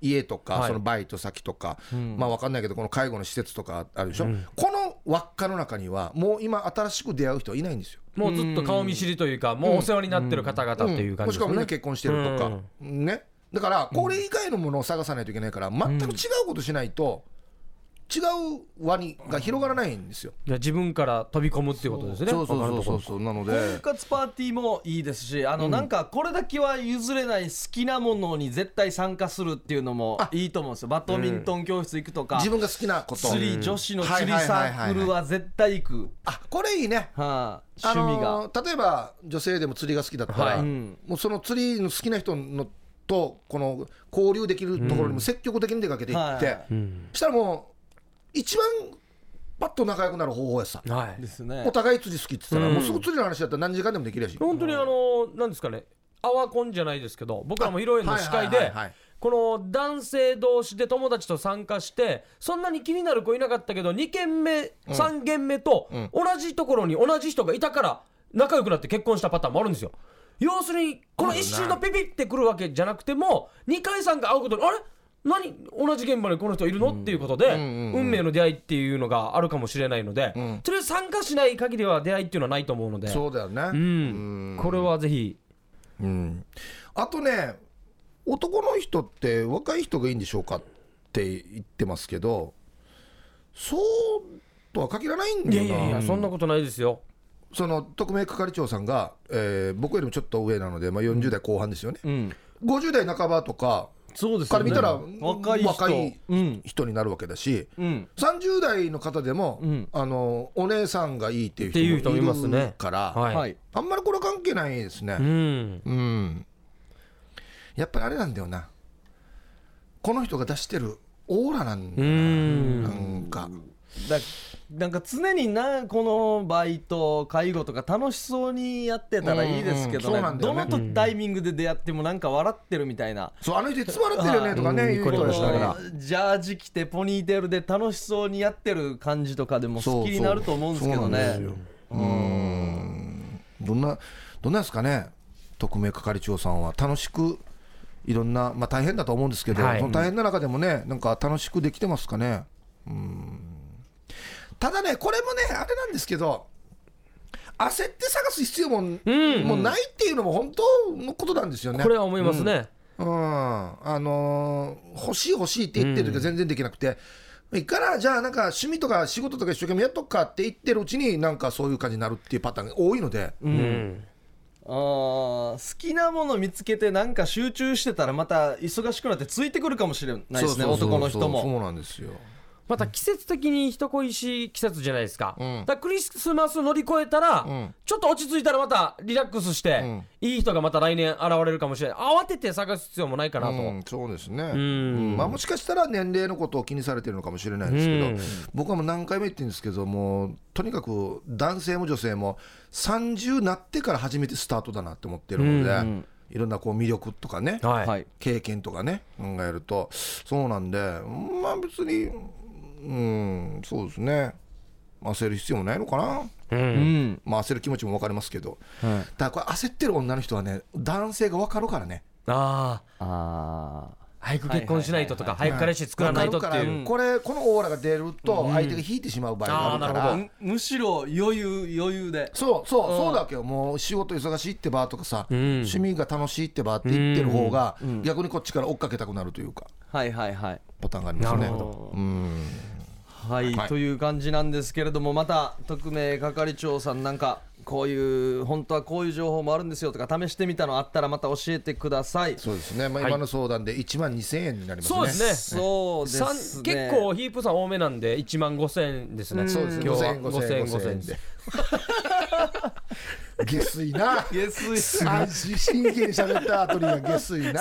S3: 家とか、
S2: はい
S3: そのバイト先とか、まあ分かんないけどこの介護の施設とかあるでしょ、この輪っかの中にはもう今新しく出会う人はいないんですよ、
S2: もうずっと顔見知りというかもうお世話になってる方々っていう感
S3: も
S2: じ
S3: し
S2: で
S3: くは
S2: すか
S3: みん
S2: ね
S3: な結婚してるとか、ねだからこれ以外のものを探さないといけないから全く違うことしないと違う輪にが広がらないんですよ、
S2: じゃあ自分から飛び込むっていうことですね
S3: そうそうそうそううそうなので
S1: 婚活パーティーもいいですしあのなんかこれだけは譲れない好きなものに絶対参加するっていうのもいいと思うんですよバドミントン教室行くとか
S3: 自分が好きなこと
S1: 釣り女子の釣りサークルは絶対行く、
S3: あこれいいね
S1: はあ、
S3: あのー
S1: 趣味が、
S3: 例えば女性でも釣りが好きだったら、
S2: はい
S1: うん
S3: もうその釣りの好きな人のとこの交流できるところにも積極的に出かけていって、
S1: はい
S2: うん
S3: したらもう一番パッと仲良くなる方法やさ、
S2: はい
S1: ですね
S3: お互い釣り好きって言ったら、
S2: うん
S3: もうすぐ釣りの話だったら何時間でもできるやし、
S2: 本当にあのなんですかねアワコンじゃないですけど僕らも披露宴の司会
S3: はい
S2: で
S3: はいはいはい
S2: この男性同士で友達と参加してそんなに気になる子いなかったけど2軒目3軒目と
S3: ん
S2: 同じところに同じ人がいたから仲良くなって結婚したパターンもあるんですよ要するにこの一瞬のピピってくるわけじゃなくても2回3回会うことにあれ何同じ現場にこの人いるのっていうことで運命の出会いっていうのがあるかもしれないので
S3: ん
S2: とりあえず参加しない限りは出会いっていうのはないと思うので
S3: そうだよね、
S2: うん、これはぜひ、
S3: うんあとね男の人って若い人がいいんでしょうかって言ってますけどそうとは限らないんだ
S2: い
S3: よ
S2: や
S3: ない
S2: やいや、そんなことないですよ。
S3: その特命係長さんが、えー僕よりもちょっと上なので、まあ、40代後半ですよね、
S1: うん、
S3: 50代半ばとか
S1: そうです
S3: か
S1: よね
S3: ら見たら、
S1: 若い人うん
S3: 人になるわけだし、
S1: うん
S3: 30代の方でも、
S1: うん
S3: あのお姉さんがいいって
S2: ってい
S3: いうう
S2: 人
S3: 人
S2: も
S3: もい
S2: いますね
S3: るから、
S2: はい。
S1: はい
S3: あんまりこれは関係ないです
S2: う
S3: ね、
S2: ん。
S3: うんやっぱりあれなんだよなこの人が出してるオーラなんだ
S2: う。
S3: なんなんか
S1: だなんか常になこのバイト介護とか楽しそうにやってたらいいですけど、ね
S3: うんうんそう
S1: どの
S3: なんだよね
S1: タイミングで出会ってもなんか笑ってるみたいな。
S3: そうあの人いつも笑ってるよねとかね、
S2: うん
S3: 言うこ
S2: ニコ
S3: とでし
S2: ニコし
S3: た
S2: た
S3: から
S2: ね。
S1: ジャージ着てポニーテールで楽しそうにやってる感じとかでも
S3: そう
S1: 好きになると思うんですけどね
S3: そうそうなんですようーんどんなどんなんですかね特命係長さんは楽しくいろんなまあ大変だと思うんですけど、
S2: はい
S3: その大変な中でもねなんか楽しくできてますかねうーんただねこれもねあれなんですけど焦って探す必要も,、もうないっていうのも本当のことなんですよね
S2: これは思いますね、
S3: うん、あのー欲しい欲しいって言ってる時は全然できなくて、いいからじゃあなんか趣味とか仕事とか一生懸命やっとくかって言ってるうちになんかそういう感じになるっていうパターンが多いので、
S2: うん
S1: あー好きなもの見つけてなんか集中してたらまた忙しくなってついてくるかもしれないですね
S3: そうそうそう
S1: 男の人も
S3: そうなんですよ
S2: また季節的に人恋しい季節じゃないですか,、
S3: うん
S2: だからクリスマス乗り越えたら、
S3: ん
S2: ちょっと落ち着いたらまたリラックスして、
S3: うん
S2: いい人がまた来年現れるかもしれない慌てて探す必要もないかなと、
S3: うん、そうですね、
S2: ん
S3: うんまあ、もしかしたら年齢のことを気にされてるのかもしれないですけど、
S2: うん
S3: 僕はもう何回も言ってるんですけどもうとにかく男性も女性も30なってから初めてスタートだなって思ってるので、
S1: うん
S3: いろんなこう魅力とかね、
S2: はい、
S1: はい
S3: 経験とかね考えるとそうなんでまあ別にうんそうですね焦る必要もないのかな、
S1: うん、
S3: まあ、焦る気持ちも分かりますけど
S1: はい、
S3: ただこれ焦ってる女の人はね男性が分かるからね
S2: ああ
S1: ああ
S2: 早く結婚しないととか、
S3: いはい
S2: 早く彼氏作らないとっていう、
S3: 分かるからこれこのオーラが出ると相手が引いてしまう場合があるか
S2: あ
S3: ら、
S2: ーなる
S1: むむしろ余裕余裕で
S3: そうそうそうだわけよもう仕事忙しいってバーとかさ、趣味が楽しいってバーって言ってる方が逆にこっちから追っかけたくなるというか
S1: はいはいはい
S3: パターンがありますよね
S2: なるほ
S3: うん
S1: はい、
S3: はい
S1: という感じなんですけれどもまた特命係長さんなんかこういう本当はこういう情報もあるんですよとか試してみたのあったらまた教えてください
S3: そうですね、まあ、今の相談で1万2000円になりますね。
S2: そうですね
S1: そうですね
S2: さん結構ヒープさん多めなんで1万5000円ですね
S3: そうですね。
S2: 今日は
S3: 5000円、5000円、5000円
S2: で
S3: で。 下水な。
S1: 下水
S3: あ真剣に喋った後には下水な。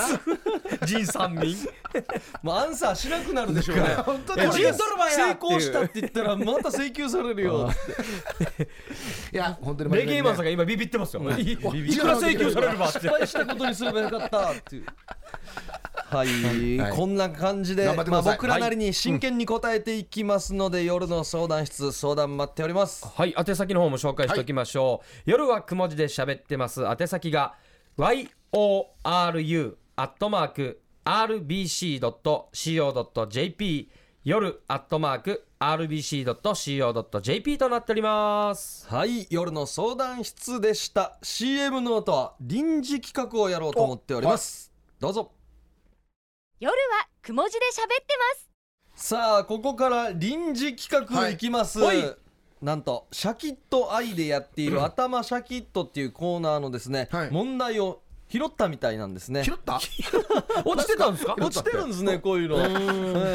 S2: 人三人
S1: もうアンサーしなくなるでしょうね
S3: 本当
S1: い
S3: に
S1: や
S3: これ
S1: ジ
S3: で
S1: ン
S3: す
S1: ドルマや成功したって言ったらまた請求されるよ
S3: いや、本当に真
S2: レ
S3: 面目に
S2: ゲエ
S3: ね
S2: マンさんが今ビビってますよ、いい
S3: ビ
S2: いくら請求されればって
S1: 失敗したことにすればよかったっていう。はい、
S3: はい
S1: こんな感じで
S3: 頑張ってく
S1: まあ、
S3: ださい
S1: 僕らなりに真剣に答えていきますので、夜の相談室相談待っております
S2: はい、宛先の方も紹介しておきましょう。夜はくも字で喋ってます。宛先が yoru アットマーク rbc.co.jp 夜アットマーク rbc.co.jp となっております。
S1: はい夜の相談室でした CM の後は臨時企画をやろうと思っておりますどうぞ
S4: 夜はくも字で喋ってます
S1: さあここから臨時企画いきます、
S2: はいはい
S1: なんとシャキッとアイでやってい る頭シャキッとっていうコーナーのですね、
S3: はい
S1: 問題を拾ったみたいなんですね
S3: 拾った
S2: 落ちてたんですか
S1: 落ちてるんですねこういうの、え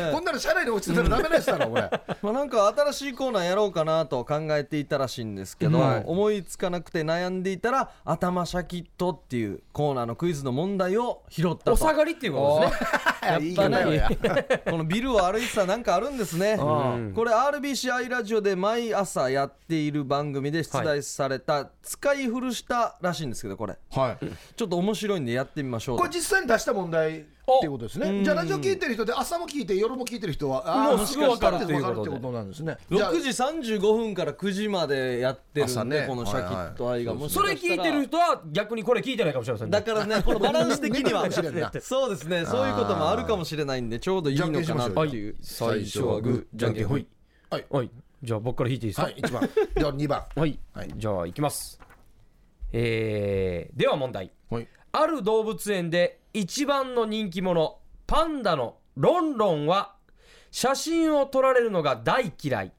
S1: え
S3: こんなの車内に落ちてたらダメなやつだろ、 これ。
S1: まあ、なんか新しいコーナーやろうかなと考えていたらしいんですけど、
S2: はい
S1: 思いつかなくて悩んでいたら「頭シャキッと」っていうコーナーのクイズの問題を拾ったと
S2: お下がりっていうこと ですね。
S3: いいかなよや。
S1: このビルを歩いてたらなんかあるんですねこれ RBCI ラジオで毎朝やっている番組で出題された使い古したらしいんですけどこれ
S3: はい。
S1: ちょっと面白いんでやってみましょう
S3: これ実際に出した問題っていうことですね。じゃあラジオ聞いてる人で朝も聞いて夜も聞いてる人はあー
S2: もうすぐ分か
S3: も
S2: る
S3: ししたらって
S2: ということ
S3: 分か
S2: で
S3: るってことなんですね。じゃあ
S1: 6時35分から9時までやってる
S3: 朝
S1: んで、
S3: ね
S1: このシャキッと愛が、
S3: はいはい
S1: もし
S2: そ
S1: か
S2: れ
S1: したら
S2: 聞いてる人は逆にこれ聞いてないかもしれませんね
S1: だ。からねこのバランス的には
S3: 見てるかもしれんな
S1: そうですねそういうこともあるかもしれないんでちょうどいいのかなっていう
S3: 最初はグーじゃんけんほい。
S2: はい、じゃあ僕から引いていいですか
S3: はい、一番。じゃあ二番。
S2: はい、
S3: はい
S2: じゃあ行きます。えー、では問題。
S3: はい。
S2: ある動物園で一番の人気者パンダのロンロンは写真を撮られるのが大嫌い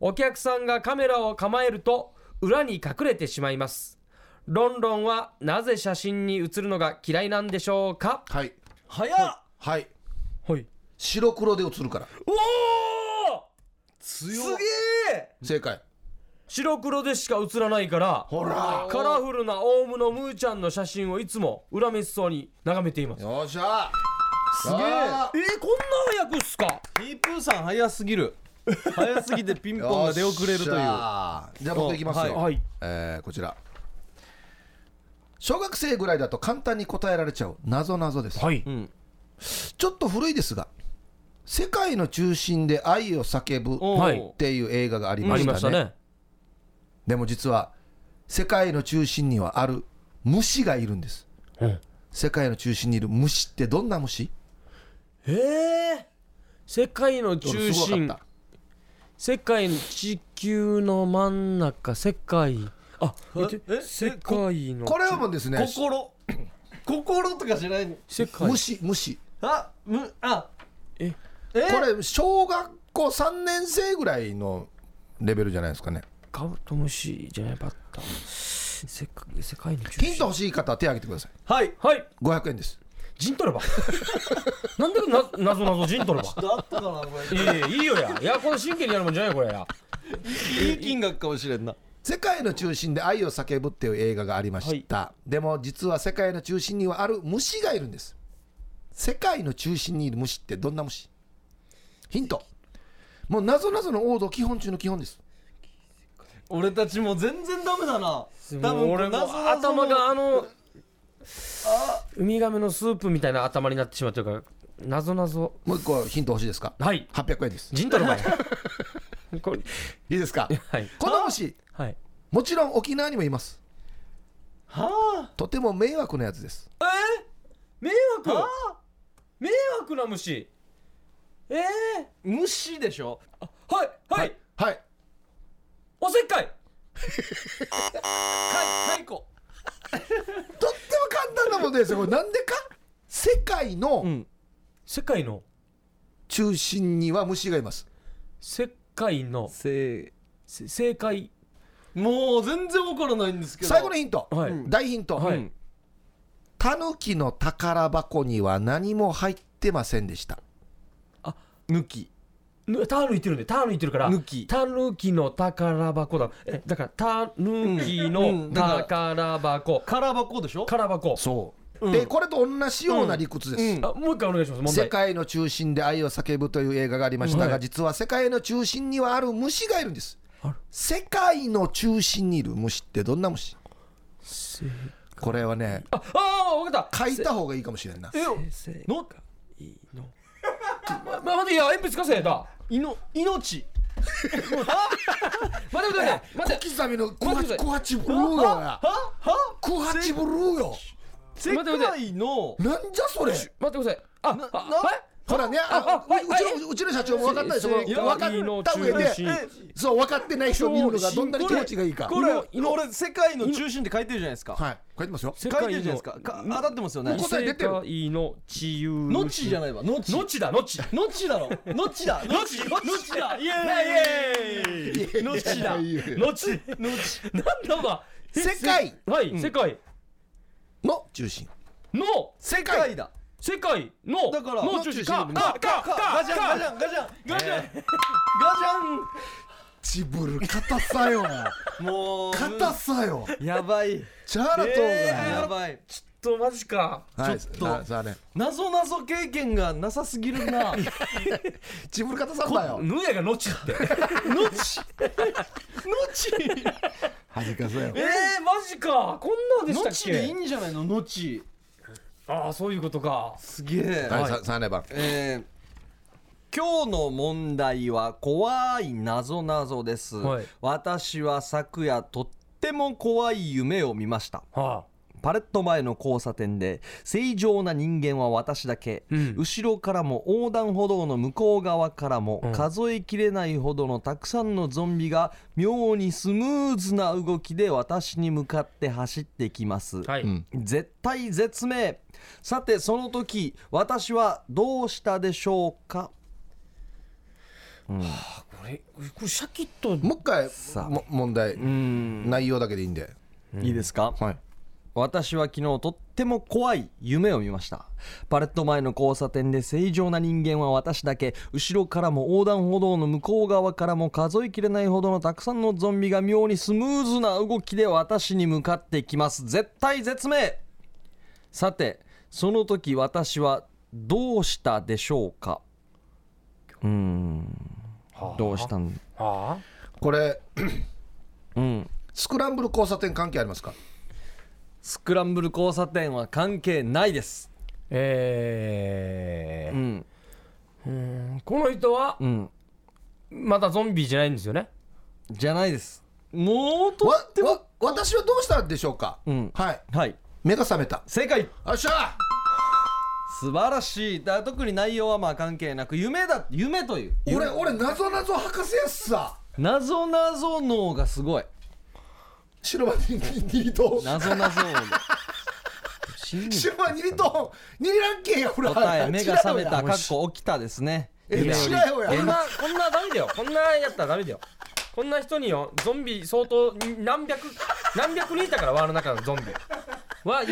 S2: お客さんがカメラを構えると裏に隠れてしまいますロンロンはなぜ写真に写るのが嫌いなんでしょうか
S3: はい。
S1: 早っ
S3: はい。
S2: はい
S3: 白黒で映るから。
S2: おお
S1: 強
S2: す
S1: っ
S2: げえ
S3: 正解。
S2: 白黒でしか写らないから
S3: ほら。
S2: カラフルなオウムのムーちゃんの写真をいつも恨めしそうに眺めています
S3: よっしゃ。すげ
S2: えー、こんな早くっすか
S1: ヒープーさん早すぎる早すぎてピンポンが出遅れるという
S3: よっしゃーじゃあ僕いきますよ、
S1: お
S2: はい
S3: えーこちら小学生ぐらいだと簡単に答えられちゃう謎謎です、
S2: はい
S1: うん
S3: ちょっと古いですが世界の中心で愛を叫ぶ
S1: おー
S2: はい
S3: っていう映画があり
S2: あ
S3: ま
S2: り
S3: した
S2: ま
S3: ね
S2: したね
S3: でも実は世界の中心にはある虫がいるんです、
S2: うん
S3: 世界の中心にいる虫ってどんな虫
S2: ええ世界の中
S3: すご
S2: 心
S3: かった
S2: 世界の地球の真ん中世界あ
S1: ええ
S2: 世界の
S3: これはもうですね
S1: 心心とかじゃない
S2: 世界
S3: 虫虫
S1: あむあ
S2: え
S1: え
S3: これ小学校3年生ぐらいのレベルじゃないですかね
S2: カブトムシじゃなかった世界世界の中
S3: ヒン
S2: 心
S3: ト欲しい方は手挙げてください
S1: はい
S2: はい
S3: 500円です
S2: 陣 取ればなんでななぞなぞ陣取れば
S1: あったかなこ
S2: いやいやいいよやいやこの真剣にやるもんじゃないこれや
S1: れいい金額かもしれんな
S3: 世界の中心で愛を叫ぶっていう映画がありました、でも実は世界の中心にはある虫がいるんです世界の中心にいる虫ってどんな虫ヒントもう謎々の王道基本中の基本です
S1: 俺たちも全然ダメだな多
S2: もう
S1: 分
S2: 俺も
S1: 謎々
S2: 頭があのウミガメのスープみたいな頭になってしまってるからなぞなぞ
S3: もう一個ヒント欲しいですか
S2: はい
S3: 800円です
S2: 陣取ればや これ
S3: いいですか
S2: はい
S3: この虫
S2: はい
S3: もちろん沖縄にもいます
S1: は
S3: とても迷惑なやつです
S2: え迷惑迷惑な虫ええ
S1: あ虫でしょ
S2: はいはい
S3: はい
S2: おせっかい
S1: はい太鼓
S3: とっても簡単な問題ですよこれなんでか世界
S1: う
S3: の
S1: ん
S2: 世界の
S3: 中心には虫がいます
S2: 世界の
S1: せ
S2: せ正解
S1: もう全然わからないんですけど
S3: 最後のヒント、
S2: はい
S3: 大ヒント、
S2: はい
S3: タヌキの宝箱には何も入ってませんでした
S1: 抜き
S2: ぬタヌいてるんでタヌいてるから
S1: 抜き
S2: タヌキの宝箱だえだからタヌキ
S1: うんう
S2: の
S1: んだから
S2: 宝箱
S1: 空箱でしょ
S2: 宝箱
S3: そう、
S1: うん
S3: でこれと同じような理屈です、
S1: うん
S2: あもう一回お願いします問
S3: 世
S2: 題
S3: 界の中心で愛を叫ぶという映画がありましたが、
S2: はい
S3: 実は世界の中心にはある虫がいるんです
S2: ある
S3: 世界の中心にいる虫ってどんな虫
S2: せ
S3: これはね
S2: ああ分かった
S3: 書いた方がいいかもしれんな
S1: え
S2: せ
S1: の
S2: いのまま待ていや鉛筆かせだ
S1: いの命
S2: 待て待て待て待て
S3: 小刻みの小
S2: 待ってくださ
S3: 八
S2: い
S3: ブルーよや
S1: はは
S3: 小八ブルーよ
S1: 世
S2: 待って待って
S1: 界の
S3: なんじゃそれ
S2: 待ってください。あ、
S1: な
S2: あ
S1: な
S2: え
S3: ほらねあ
S2: あはいはいう
S3: ちのうちの社長も分かったでしょ
S2: せ
S3: 分かった上
S2: 世界の中
S3: で
S2: 心
S1: え
S3: そう分かってない人見るのがどんなに気持ちがいいか
S1: これ
S2: いの
S1: 俺世界の中心って書いてるじゃないですか
S3: はい書いてますよ
S1: 書
S2: 世
S1: いてるじゃないですかか当たってますよね
S3: こ答え出てる
S2: 世界の自由主
S1: のちじゃないわのち
S2: のちだ、のち。
S1: のちだろのちだのちのちだイエーイ
S3: いや
S1: のちだ
S3: いやいや
S2: のち。
S1: のち
S2: なんだお前。
S3: 世界
S2: はい、世界
S3: の中心
S2: の、
S1: 世界だ
S2: 世界の、
S1: だから
S2: の中心か、
S3: の中心
S2: か、
S1: か
S2: か、か、
S1: ガジャンガジ
S2: か。
S1: ャンガジャンガジャンガジ
S3: ちぶる硬さよ
S1: ャンもう
S3: 硬さよ
S1: やばい
S3: チャラと
S1: や
S3: が
S1: ばい
S2: ちょっとマジか。
S3: はい
S1: ちょっと
S3: ささあね
S1: 謎謎経験がなさすぎるなの
S3: ちぶる硬さんだよ
S2: ぬやがのちって。
S1: ちのち
S3: 恥ずかさよ
S2: えー、マジか。こんなんでした
S1: の
S2: っ
S1: ちでいい
S2: け。
S1: んじゃないののち
S2: ああ、そういうことか。
S1: すげえ
S3: はいささあねば
S1: えー今日の問題は怖い謎謎です、
S2: はい
S1: 私は昨夜とっても怖い夢を見ました
S2: は
S1: パレット前の交差点で正常な人間は私だけ、
S2: うん
S1: 後ろからも横断歩道の向こう側からも、
S2: うん
S1: 数えきれないほどのたくさんのゾンビが妙にスムーズな動きで私に向かって走ってきます、
S2: あ。はい。
S3: うん
S1: 絶対絶命さてその時私はどうしたでしょうか
S2: これ、これシャキッと。
S3: もう一回
S1: さあ
S3: も問題
S1: うん
S3: 内容だけでいいんで
S1: いいですか、
S3: はい
S1: 私は昨日とっても怖い夢を見ましたパレット前の交差点で正常な人間は私だけ後ろからも横断歩道の向こう側からも数えきれないほどのたくさんのゾンビが妙にスムーズな動きで私に向かってきます絶対絶命さてその時私はどうしたでしょうかうーん
S2: は
S1: どうしたん
S2: あ
S3: これ
S1: うん
S3: スクランブル交差点関係ありますか
S1: スクランブル交差点は関係ないです
S2: え
S1: う
S2: ー
S1: ん
S2: この人は
S1: うん
S2: まだゾンビじゃないんですよね
S1: じゃないですもうと
S3: わ
S1: っても
S3: わ私はどうしたんでしょうか、
S1: うん
S3: はい
S1: はい
S3: 目が覚めた
S1: 正解
S3: よっしゃ
S1: 素晴らしいだ特に内容はまあ関係なく夢だ夢という
S3: 俺俺なぞなぞ博士やっさ
S1: 謎謎脳がすごい
S3: シルバー2リトン
S1: 謎謎脳が真
S3: シ
S1: に
S3: ルバー2リトン2リランケンやほら
S1: 答え目が覚めた
S3: 違う
S1: かっこ起きたですね
S3: え違う
S1: 夢より
S3: よ
S2: こん
S3: や
S2: なこんなダメだよこんなやったらダメだよこんな人によゾンビ相当何百何百人いたから輪の中のゾンビはい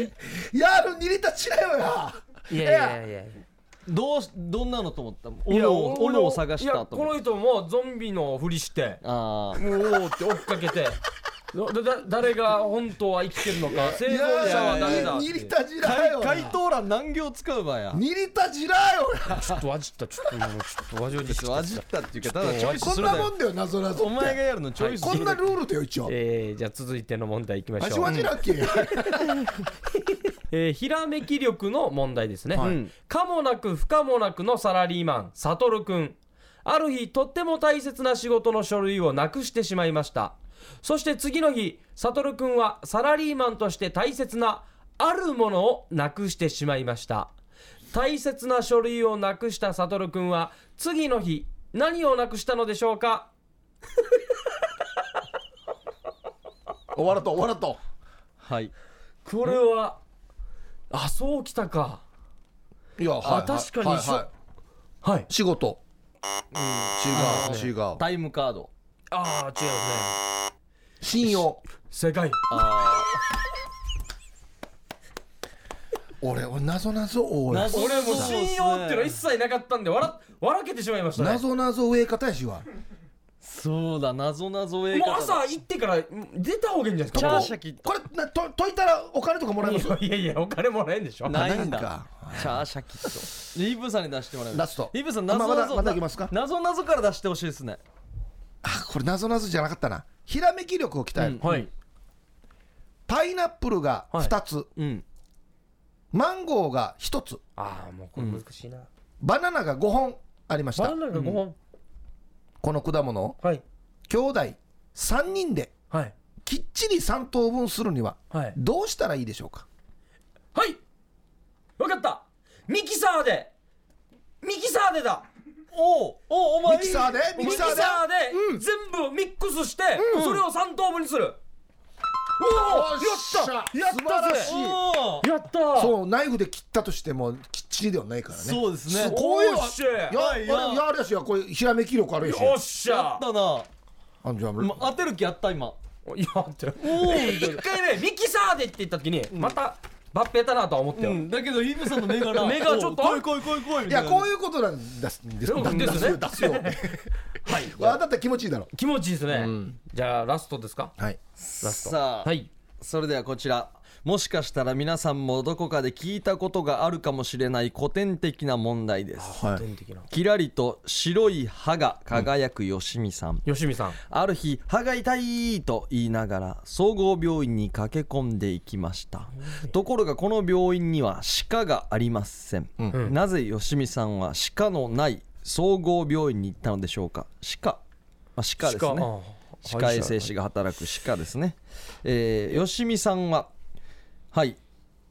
S3: やる2リタ違うよ
S2: いやいやいやい
S1: どうしどんなのと思ったの
S2: やいや
S1: 斧を斧を探し
S2: い
S1: た
S2: や
S1: と
S2: こ
S1: 思っ
S2: の人もゾンビのふりして
S1: たああ
S2: もうおーって追っかけてだだ誰が本当は生きてるのか生存
S3: い
S2: 者は誰だ
S3: や
S2: って
S3: 2リタじらよ
S1: 回回答欄難行使う場合や
S3: 2リタじらよ
S2: ちょっとわじったちょっともうちょっとわじわじしてきた
S1: わじったっていうかただチョイス
S3: こ
S1: す
S3: ん
S1: るだ
S3: な
S1: け
S3: もんだよなぞなぞ
S1: お前がやるのチョイスす
S3: こん
S1: る
S3: な
S1: だけ
S3: ルールだよ一応
S2: えー、じゃあ続いての問題いきまし
S3: 味
S2: ょう
S3: わ、じらんけんや
S2: えーひらめき力の問題ですね、
S3: はい
S1: うん
S2: かもなく不可もなくのサラリーマンサトルくんある日とっても大切な仕事の書類をなくしてしまいましたそして次の日サトルくんはサラリーマンとして大切なあるものをなくしてしまいました大切な書類をなくしたサトルくんは次の日何をなくしたのでしょうか
S3: 終わらと終わらと
S1: はい
S2: これはあそうきたか
S3: いやはいはい
S2: 確かに
S3: はい
S2: そ
S3: は
S2: はい
S3: い仕事違う違う
S1: タイムカード
S2: ああ違いますね
S3: 信用
S2: 正解
S1: あ
S3: 俺俺なぞなぞ多い
S1: 謎
S2: 俺もう信用っていうのは一切なかったんで笑っ笑けてしまいましたね
S3: なぞなぞ植え方やしは
S1: そうだ謎謎映
S2: もう
S1: 画
S2: 朝行ってからうん出た方がいいんじゃないで
S1: チ
S2: す
S1: ャ
S2: か
S1: ー
S2: も
S1: シャ切った
S3: これなと解いたらお金とかもらえます
S2: ういやいやお金もらえんでしょ
S1: な
S3: ないい
S1: ん
S3: ん
S1: だ
S3: か
S1: チャーシャキットイーブンさんに出してもらいます
S3: ラスト
S1: イーブンさん
S3: まあ
S1: 謎
S3: まだ
S1: 謎
S3: まだいきますか
S1: 謎謎から出してほしいですね
S3: あこれなぞなぞじゃなかったなひらめき力を鍛える、
S1: うん
S2: はい
S3: パイナップルが2つ、
S1: うん
S3: マンゴーが1つ
S2: ああもうこれ難しいな
S3: バナナが5本ありまし
S2: バ
S3: た
S2: ナナが5本
S3: この果物を
S2: はい
S3: 兄弟3人で
S2: はい
S3: きっちり3等分するには
S2: はい
S3: どうしたらいいでしょうか
S2: はいわかったミキサーでミキサーでだ
S1: おうおうお前
S3: ミキサーで
S2: ミ
S3: ミ
S2: キ
S3: キ
S2: サ
S3: サー
S2: ー
S3: で
S2: で全部をミックスしてそれを3等分にするおおやった
S3: たやったぜ
S1: おお
S2: やった
S3: そうナイフで切ったとしてもきっちりではないからね
S1: そうですね
S2: こういうっしゃ
S3: いや
S1: はいい
S3: やいやあれやしやこれひらめき力あるやし
S2: よっし
S1: や
S2: ゃ
S1: ったな
S3: あじゃあ、
S1: ま当てる気あった今
S2: いやって一回ねミキサーでって言った時にまたバッペたなとは思った
S1: う
S2: よ
S1: んだけどイーブンさんの目がな
S2: 目がちょっと
S1: おう来い来い来い来いみ
S3: い
S1: た
S3: や
S1: いな
S3: こういうことなんですです
S2: うん
S3: 出
S2: ですね
S3: 出すよ
S2: はい
S3: わだったら気持ちいいだろ
S2: 気持ちいいですねじゃあラストですか
S3: はい
S2: ラスト
S1: さあ
S2: はい
S1: それではこちらもしかしたら皆さんもどこかで聞いたことがあるかもしれない古典的な問題です
S3: はい
S2: 天的な
S1: キラリと白い歯が輝くよしみさん、
S2: よしみさん
S1: ある日歯が痛いと言いながら総合病院に駆け込んでいきましたところがこの病院には歯科がありません、
S2: ん
S1: なぜよしみさんは歯科のない総合病院に行ったのでしょうか歯科、まあ、歯科ですね歯科衛生士が働く歯科ですね、えー、よしみさんははい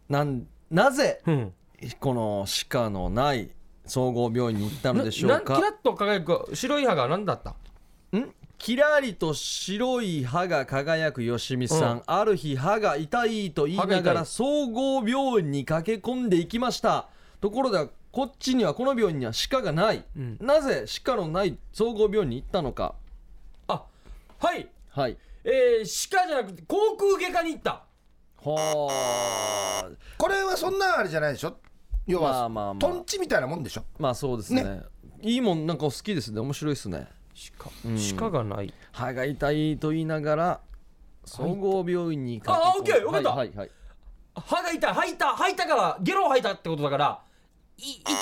S1: なんなぜ
S2: うん
S1: この歯科のない総合病院に行ったの
S2: な
S1: で
S2: ん
S1: しょうか
S2: キラッと輝く白い歯が何だった
S1: んキラリと白い歯が輝くよしみさん、
S2: うん
S1: ある日歯が痛いと言いな
S2: 歯が
S1: が
S2: 痛い
S1: ら総合病院に駆け込んでいきましたところでこっちにはこの病院には歯科がない、
S2: うん
S1: なぜ歯科のない総合病院に行ったのか
S2: あはい
S1: はい
S2: えー歯科じゃなくて航空外科に行った
S1: はあ
S3: これはそんなあれじゃないでしょ要
S1: ま
S3: は
S1: あまあまあ
S3: トンチみたいなもんでしょ
S1: まあそうですね
S3: ね
S1: いいもんなんかお好きですね面白いですね
S2: 歯科歯科がない
S1: 歯が痛いと言いながら総合病院に駆
S2: あオッケーわかった
S1: はいはいはい
S2: 歯が痛い吐いた吐いたからゲロを吐いたってことだからい胃腸か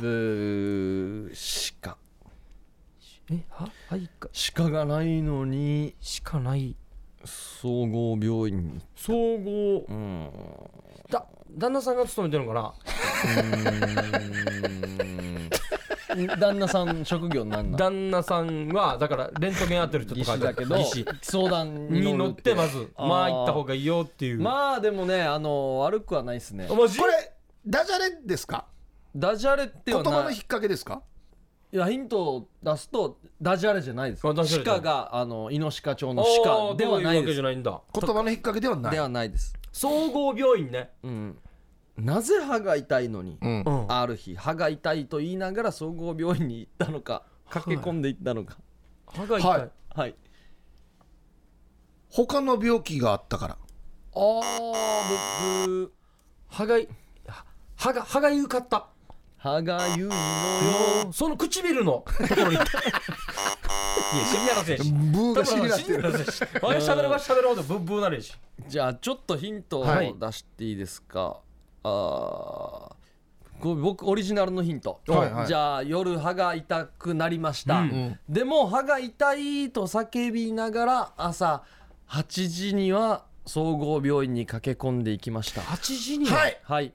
S1: ブブー歯科
S2: えははいか
S1: 鹿がないのに
S2: しかない
S1: 総合病院
S2: 総合
S1: うん
S2: だ旦那さんが勤めてるのかな
S1: 旦那さん職業なんだ
S2: 旦那さんはだからレントゲンやってる人と
S1: 技
S2: か
S1: 師だけど
S2: 技師
S1: 相談
S2: に乗ってま
S1: ず
S2: ず
S1: あー
S2: まあ行った方がいいよっていう
S1: まあでもねあの悪くはないですね
S2: あマジ
S3: これダジャレですか
S1: ダジャレって
S3: 言
S1: は
S3: 葉の
S1: な
S3: 引
S1: い
S3: っ掛けですか
S1: いやヒントを出すとダジャレじゃないです
S2: あダジャレじゃな
S1: 鹿
S2: い
S1: があの猪鹿町の
S2: あ
S1: 鹿
S2: ー
S1: では
S2: どう
S1: な
S2: う
S1: い
S2: わ
S1: で
S2: けじ
S1: す
S2: ゃないんだ
S3: 言葉の引っ掛けではない
S1: ではないです
S2: 総合病院ね
S1: うんなぜ歯が痛いのに
S3: うん
S2: ん
S1: ある日歯が痛いと言いながら総合病院に行ったのか駆け込んで行ったのか
S2: 歯が
S3: は
S2: 痛い
S3: い
S1: はい
S3: 他の病気があったから
S1: ああ僕
S2: 歯がい歯が歯がゆかった
S1: 歯がゆいのよ
S2: その唇のところにいや死んだらせやし
S3: ブーが死に出して
S2: 死んだ
S3: る
S2: らせやしわしゃべればしゃべるほどブンブンなるやし
S1: じゃあちょっとヒントを
S2: はい
S1: 出していいですか、あーこれ僕オリジナルのヒント、
S3: はいはい
S1: じゃあ夜歯が痛くなりました、
S2: うん
S3: ん
S1: でも歯が痛いと叫びながら朝8時には総合病院に駆け込んでいきました
S2: 8時に
S3: はい
S1: はい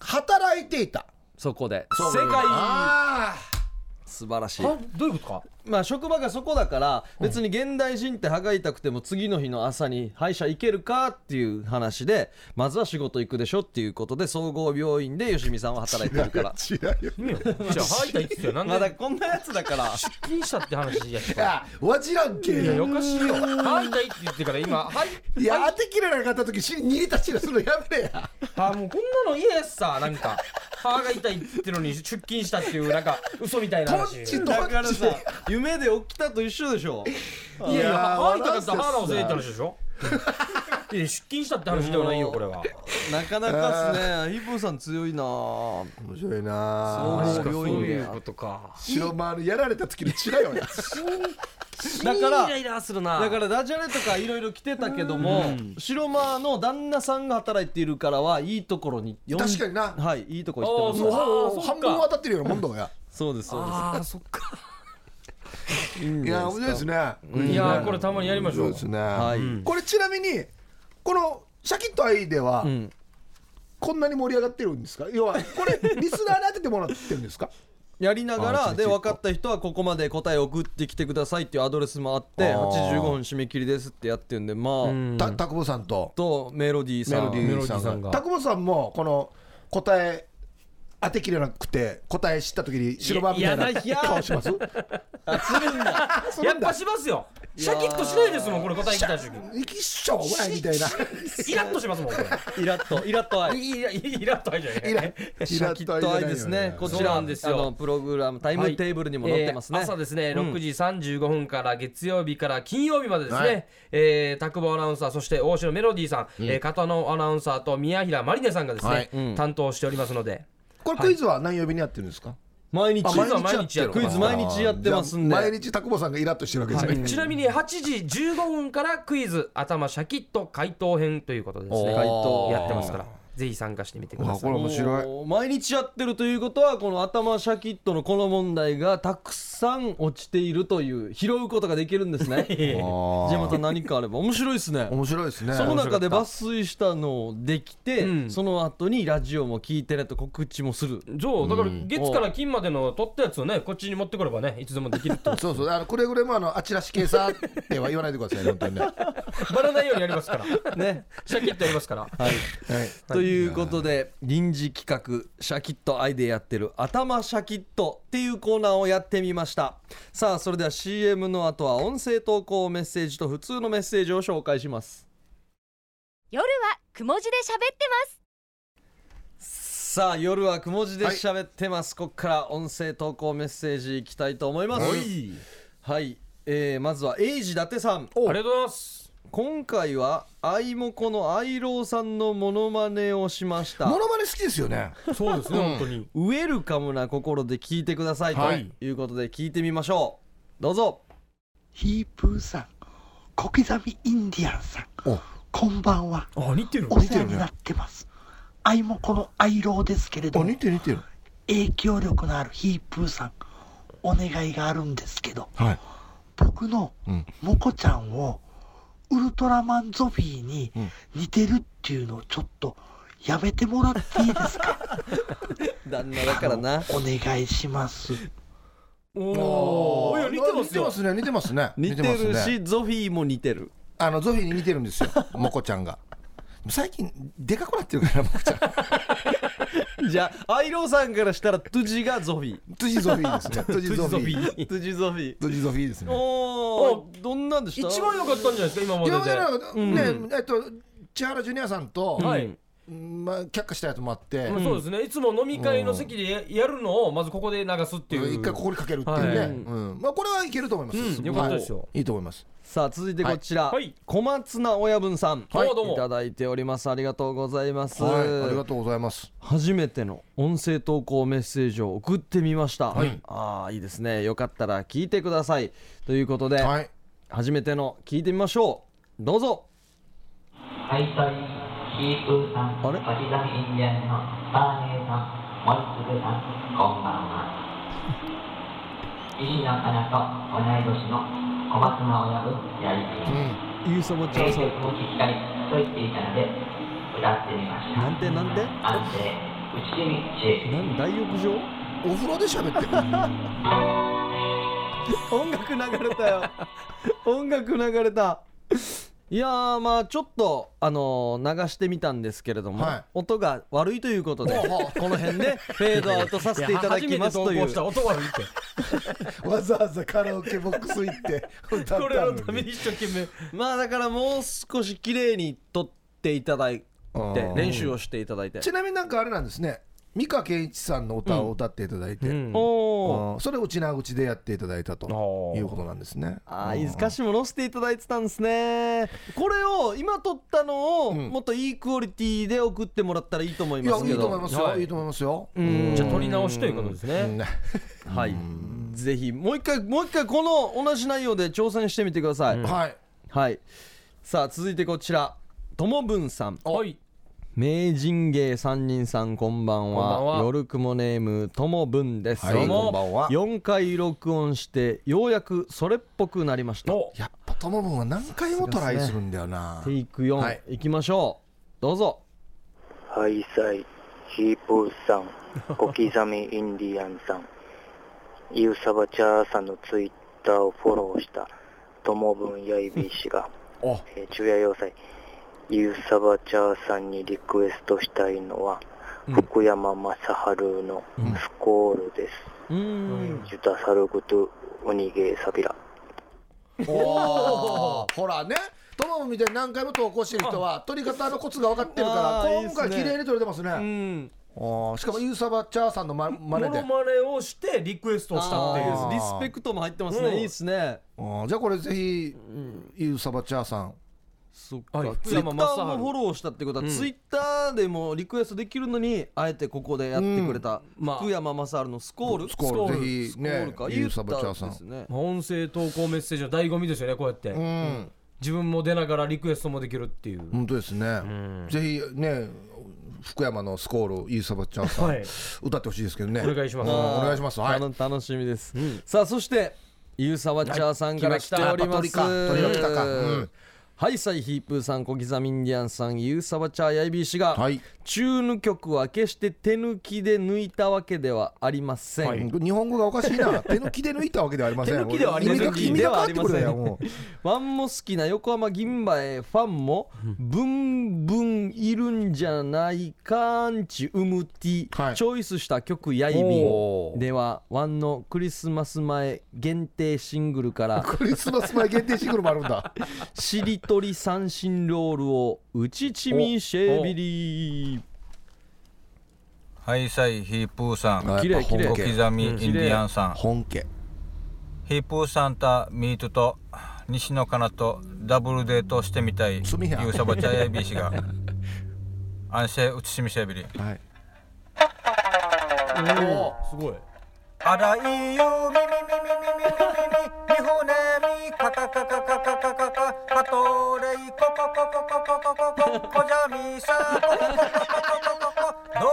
S3: 働いていた
S1: そこで
S3: そう
S1: 世界
S3: あ
S1: 素晴らしい
S2: あどういうことか
S1: まあ職場がそこだから別に現代人って歯が痛くても次の日の朝に歯医者行けるかっていう話でまずは仕事行くでしょっていうことで総合病院で吉見さんは働いてるから
S3: ー違うよ
S2: いやじゃあ歯痛いって言ってたよなん
S1: まだ
S2: で
S1: こんなやつだから
S2: 出勤したって話やし
S3: いやわじらんけ
S2: いやいやお
S3: い
S2: かしいよ歯痛いって言ってから今歯
S3: や当てきれなかった時死に逃げたしらするのやめれや
S2: あもうこんなの嫌やしさなんか歯が痛いってのに出勤したっていうなんか嘘みたいな
S3: こっ
S2: 話
S3: ちと
S2: い
S3: こ
S1: だから
S3: っち
S1: さ 夢で起きたと一緒でしょ
S2: やいや
S3: いや
S2: 歯痛かった
S3: 笑
S2: 歯
S3: わ
S2: の
S3: せて
S2: せい
S3: さ
S2: って話でしょいや出勤したって話ではないよこれは
S1: なかなかっすねヒブさん強いなぁ
S3: 面白いな
S1: あ
S3: あ
S1: そう病院で
S2: とか
S3: 白丸やられた時の血だ よね
S1: だから
S2: イライラするな
S1: だからダジャレとかいろいろ来てたけども白間の旦那さんが働いているからはいいところに呼ん
S3: 確かにな
S1: はいいいとこ行って
S2: あ
S1: ま
S2: ー
S1: す
S2: そう
S3: もう
S2: そっ
S3: 半
S2: か
S3: 分当たってるようなもんだが
S1: そうですそうです
S2: あーそっか
S1: いいん
S3: い
S1: じゃな
S3: や面
S1: い
S3: 白
S1: で
S3: いですす
S1: か
S3: ね
S2: いやーこれたまにやりましょ
S3: そう
S2: う
S3: ですね
S1: はい
S3: これちなみにこのシャキッとアイでは
S1: ん
S3: こんなに盛り上がってるんですか要はこれリスナーに当ててもらってるんですか
S1: やりなが
S3: あ
S1: ら
S3: ー
S1: で
S3: ちょ
S1: 分
S3: っと
S1: かった人はここまで答えを送ってきてくださいっていうアドレスもあって
S3: あー
S1: 85分締め切りですってやってるんでまあ
S3: た田久保さんと
S1: とメロディー
S3: メ
S1: さ
S3: ロデ
S1: ん
S3: ィー
S2: メロディー
S3: さ
S2: さん
S3: ん
S2: が
S3: が田久保さんもこの答え当てきれなくて答え知った時に白番みたい
S1: いや
S3: ない
S1: や
S3: 顔します
S1: あするんだ
S3: そ
S2: や
S3: れ
S2: っ
S3: だ
S2: ぱしますよシャキッとしないですもんこれ答え来た時
S3: 生きっしょお前みたいな
S2: イラッとしますもんこ
S1: イラッとイラッと愛
S2: れイライラッと入っちゃう
S3: イラ
S1: シャキッと愛ですねこち
S2: そう
S1: らあ
S2: なんですよ
S1: のプログラムタイムテーブルにも
S2: はい
S1: 載ってますね
S2: えー朝ですね、
S1: うん
S2: 6時35分から月曜日から金曜日までですね、
S3: はい
S2: えー、田久保アナウンサーそして大城メロディーさん、えー片野アナウンサーと宮平まりねさんがですね、
S3: はい
S1: うん
S2: 担当しておりますので
S3: これクイズは何曜日にやってるんですか
S1: 毎日
S2: あ毎日やって
S1: ク
S2: る
S1: イズ毎日やってますん
S3: じゃあ毎
S1: で
S3: 日田久保さんがイラッとしてるわけですね、
S2: ちなみに8時15分からクイズ頭シャキッと回答編ということでですね
S1: おー回答
S2: やってますからぜひ参加してみてください
S3: あこれ面白い
S1: おー毎日やってるということはこの頭シャキッとのこの問題がたくさん落ちているという拾うことができるんですねじ
S2: えー
S1: ゃあまた何かあれば面白いですね
S3: 面白いですね
S1: その中で抜粋したのをできて、
S2: うん
S1: その後にラジオも聞いてねと告知もする
S2: そうだから月から金までの取ったやつをねこっちに持ってくればねいつでもできるっ てこと
S3: そうそうあのくれぐれもあのあちらしけさっては言わないでくださいね本当にね、は
S2: バレないようにやりますから
S1: ね
S2: シャキッとやりますから
S1: はい
S3: い、
S1: ということで臨時企画「シャキッとアイデアやってる頭シャキッと」っていうコーナーをやってみましたさあそれでは CM の後は音声投稿メッセージと普通のメッセージを紹介します
S4: 夜はくも字で喋ってます
S1: さあ夜はくも字で喋ってます、ここから音声投稿メッセージいきたいと思います
S2: い
S1: はい、えー、まずはエイジ伊達さん
S2: ありがとうございます
S1: 今回はアイモコのアイローさんのモノマネをしました
S3: モノマネ好きですよね
S2: そうですね本当に
S1: ウェルカムな心で聞いてくださいと
S3: はい
S1: いうことで聞いてみましょうどうぞ
S5: ヒープーさん、小刻みインディアンさん
S3: お、
S5: こんばんは。
S2: あ似てる
S5: お世話になってます。愛もこの愛郎ですけれども、
S3: てる似てる
S5: 影響力のあるヒープーさん、お願いがあるんですけど、
S3: はい
S5: 僕の
S3: うん
S5: モコちゃんをウルトラマンゾフィーに
S3: うん
S5: 似てるっていうのをちょっとやめてもらっていいです か
S1: 旦那だからな
S5: お願いします
S2: おおいや似てますよ
S3: ね似てますね
S1: 似てる
S3: ますね
S1: しゾフィーも似てる
S3: あのゾフィーに似てるんですよ モコちゃんが最近でかくなってるからモコちゃん
S1: じゃあアイローさんからしたらトジがゾフィー
S3: 辻ゾフィーです ね辻ゾフィー
S1: トジゾフィー
S3: 辻ゾフィーですね
S1: おーどんなんでした
S2: 一番良かったんじゃないですか今ま
S3: い
S2: で
S3: や
S2: で
S3: いやいやねえっと千原ジュニアさんと、
S2: は
S1: う
S2: い
S1: ん
S3: まあ、却下したやつもあって、
S2: まあそうですねいつも飲み会の席でややるのをまずここで流すっていう
S3: 一回ここにかけるっていうね、
S2: はい
S3: うんまあ、これはいけると思います、
S2: うんよかったですよ
S3: はいいいと思います
S1: さあ続いてこちら、
S2: はいはい
S1: 小松菜親分さん、
S2: はいどうも
S1: いただいておりますありがとうございます、
S3: はいありがとうございます
S1: 初めての音声投稿メッセージを送ってみました、ああいいですねよかったら聞いてくださいということで、
S3: はい
S1: 初めての聞いてみましょうどうぞ
S6: ハイサイ、シープーさん、
S1: あれ
S6: 柿崎インディアンのバーネーさん、モイツグさん、こんばんは。石野アナと同い年の小松菜親分やり
S3: う
S6: き
S3: ん
S1: ゆうさまちゃ
S6: 名
S1: んさ
S6: 曲
S1: ん
S6: を聴きたいと言っていたので、歌ってみました。
S1: なんてなんて
S6: 安定、内ちみ知恵。
S1: なん大浴場
S3: お風呂で喋って る
S1: 音楽流れた よ音楽流れたいやーまあちょっとあのー流してみたんですけれども、
S3: はい
S1: 音が悪いということでこの辺でフェードアウトさせていただきますと
S2: い
S1: い
S2: や初めて投稿
S1: う
S2: した音悪いって
S3: わざわざカラオケボックス行って歌った
S2: これ
S3: の
S2: の
S3: に
S2: ために一生懸命
S1: まあだからもう少し綺麗に撮っていただいて
S3: うん
S1: 練習をしていただいて
S3: ちなみになんかあれなんですね美川憲一さんの歌を歌っていただいて、
S1: おお
S3: うんそれをちなうちでやっていただいたと
S2: おー
S3: いうことなんですね
S1: ああ、いい歌詞も載せていただいてたんですね。これを、今撮ったのを、
S3: ん
S1: もっといいクオリティで送ってもらったらいいと思い
S3: いや
S1: ま
S3: い
S1: す
S3: い
S1: け
S3: と思い
S1: ど。
S3: ますよ、
S2: はい
S3: い、いと思いますよ、
S1: うん
S2: じゃあ撮り直しということです
S3: う
S2: ね
S3: んね
S1: はい。ぜひ、もう一回、もう一回、この同じ内容で挑戦してみてください。
S3: はい
S1: はい。さあ、続いてこちら。ともぶんさん。
S2: はい
S1: 名人芸三人さんこんばんは
S2: こんばんは
S1: 夜雲ネームともぶんです、
S3: はい
S2: どうも
S3: こんばんは
S1: 4回録音してようやくそれっぽくなりました
S2: お
S3: やっぱトモブンは何回もトライするんだよな、
S1: テイク4、
S3: はい
S1: い、きましょうどうぞ
S7: ハイサイ、ヒープー さん、小刻みインディアンさん、ユーサバチャーさんのツイッターをフォローした、ともぶんやいびー氏が、
S3: お
S7: えー昼夜要塞、ユーサバチャーさんにリクエストしたいのは、福山雅治のスコールです。
S1: うーん
S7: ジュタサルグトゥオニゲーサビラ。
S3: お ーほらねトモブンみたいに何回も投稿してる人は取り方のコツが分かってる
S1: あ
S3: か
S1: ー
S3: ら
S1: いいっ
S3: 今
S1: すね
S3: 回綺麗に取れてますね
S1: うん
S3: おーしかもユーサバチャーさんのま
S2: モ
S3: 真似
S2: ノ
S3: で
S2: マネをしてリクエストしたっていう
S1: あーリスペクトも入ってますね、
S2: うん
S1: いいですね
S3: おーじゃあこれぜひユーサバチャーさん
S1: そっ
S2: はい
S1: ツイッターもフォローしたってことは、ツイッターでもリクエストできるのにあえてここでやってくれた、
S2: まあ
S1: 福山雅治のスコール、
S3: スコール
S1: ス
S3: ぜひ
S1: コー
S3: ね
S1: ルか、
S3: ユーサバチャーさ
S1: いい歌です
S3: ん
S1: ね
S2: 音声投稿メッセージの醍醐味ですよねこうやって、
S3: うん
S2: 自分も出ながらリクエストもできるっていう、
S3: 本当ですね、ぜひね福山のスコールユーサバチャーさん、
S2: はい
S3: 歌ってほしいですけどね
S2: お願いします
S3: うんお願いしますはい
S1: あの楽しみです、さあそしてゆうさわちゃーさんから来ております、
S3: はい来ましたやっぱ鳥か鳥が来たかうん
S1: はいサイヒープーさん小刻みインディアンさんゆうさわちゃーやいびー氏が、
S3: はい
S1: 中抜曲は決して手抜きで抜いたわけではありません、
S3: 日本語がおかしい な手抜きで抜いたわけではありません
S2: 手抜きではありません
S3: 意味が意味が変わってくるよもう
S1: ワンも好きな横浜銀馬へファンもブンブンいるんじゃないかんちうむティ、
S3: はい
S1: チョイスした曲「やいび
S3: お
S1: ん」
S3: ー
S1: ではワンのクリスマス前限定シングル から
S3: クリスマス前限定シングルもあるん だ
S1: しりとり三振ロールをうちちみシェビリー
S8: ハイサイヒープーさん、
S1: 綺麗綺麗
S8: 小刻みインディアンさん、
S3: 本家
S8: ヒープーさんとミートと西野カナとダブルデートしてみたい、ユ
S3: すみへん
S8: ーサバチャヤイビー氏が、安心うちしみしゃべり。
S3: はい
S2: すごい
S8: あらいよみみみみみみみみみほねみかかかかかかかかかかとれいここここここここここじゃみさこここここここど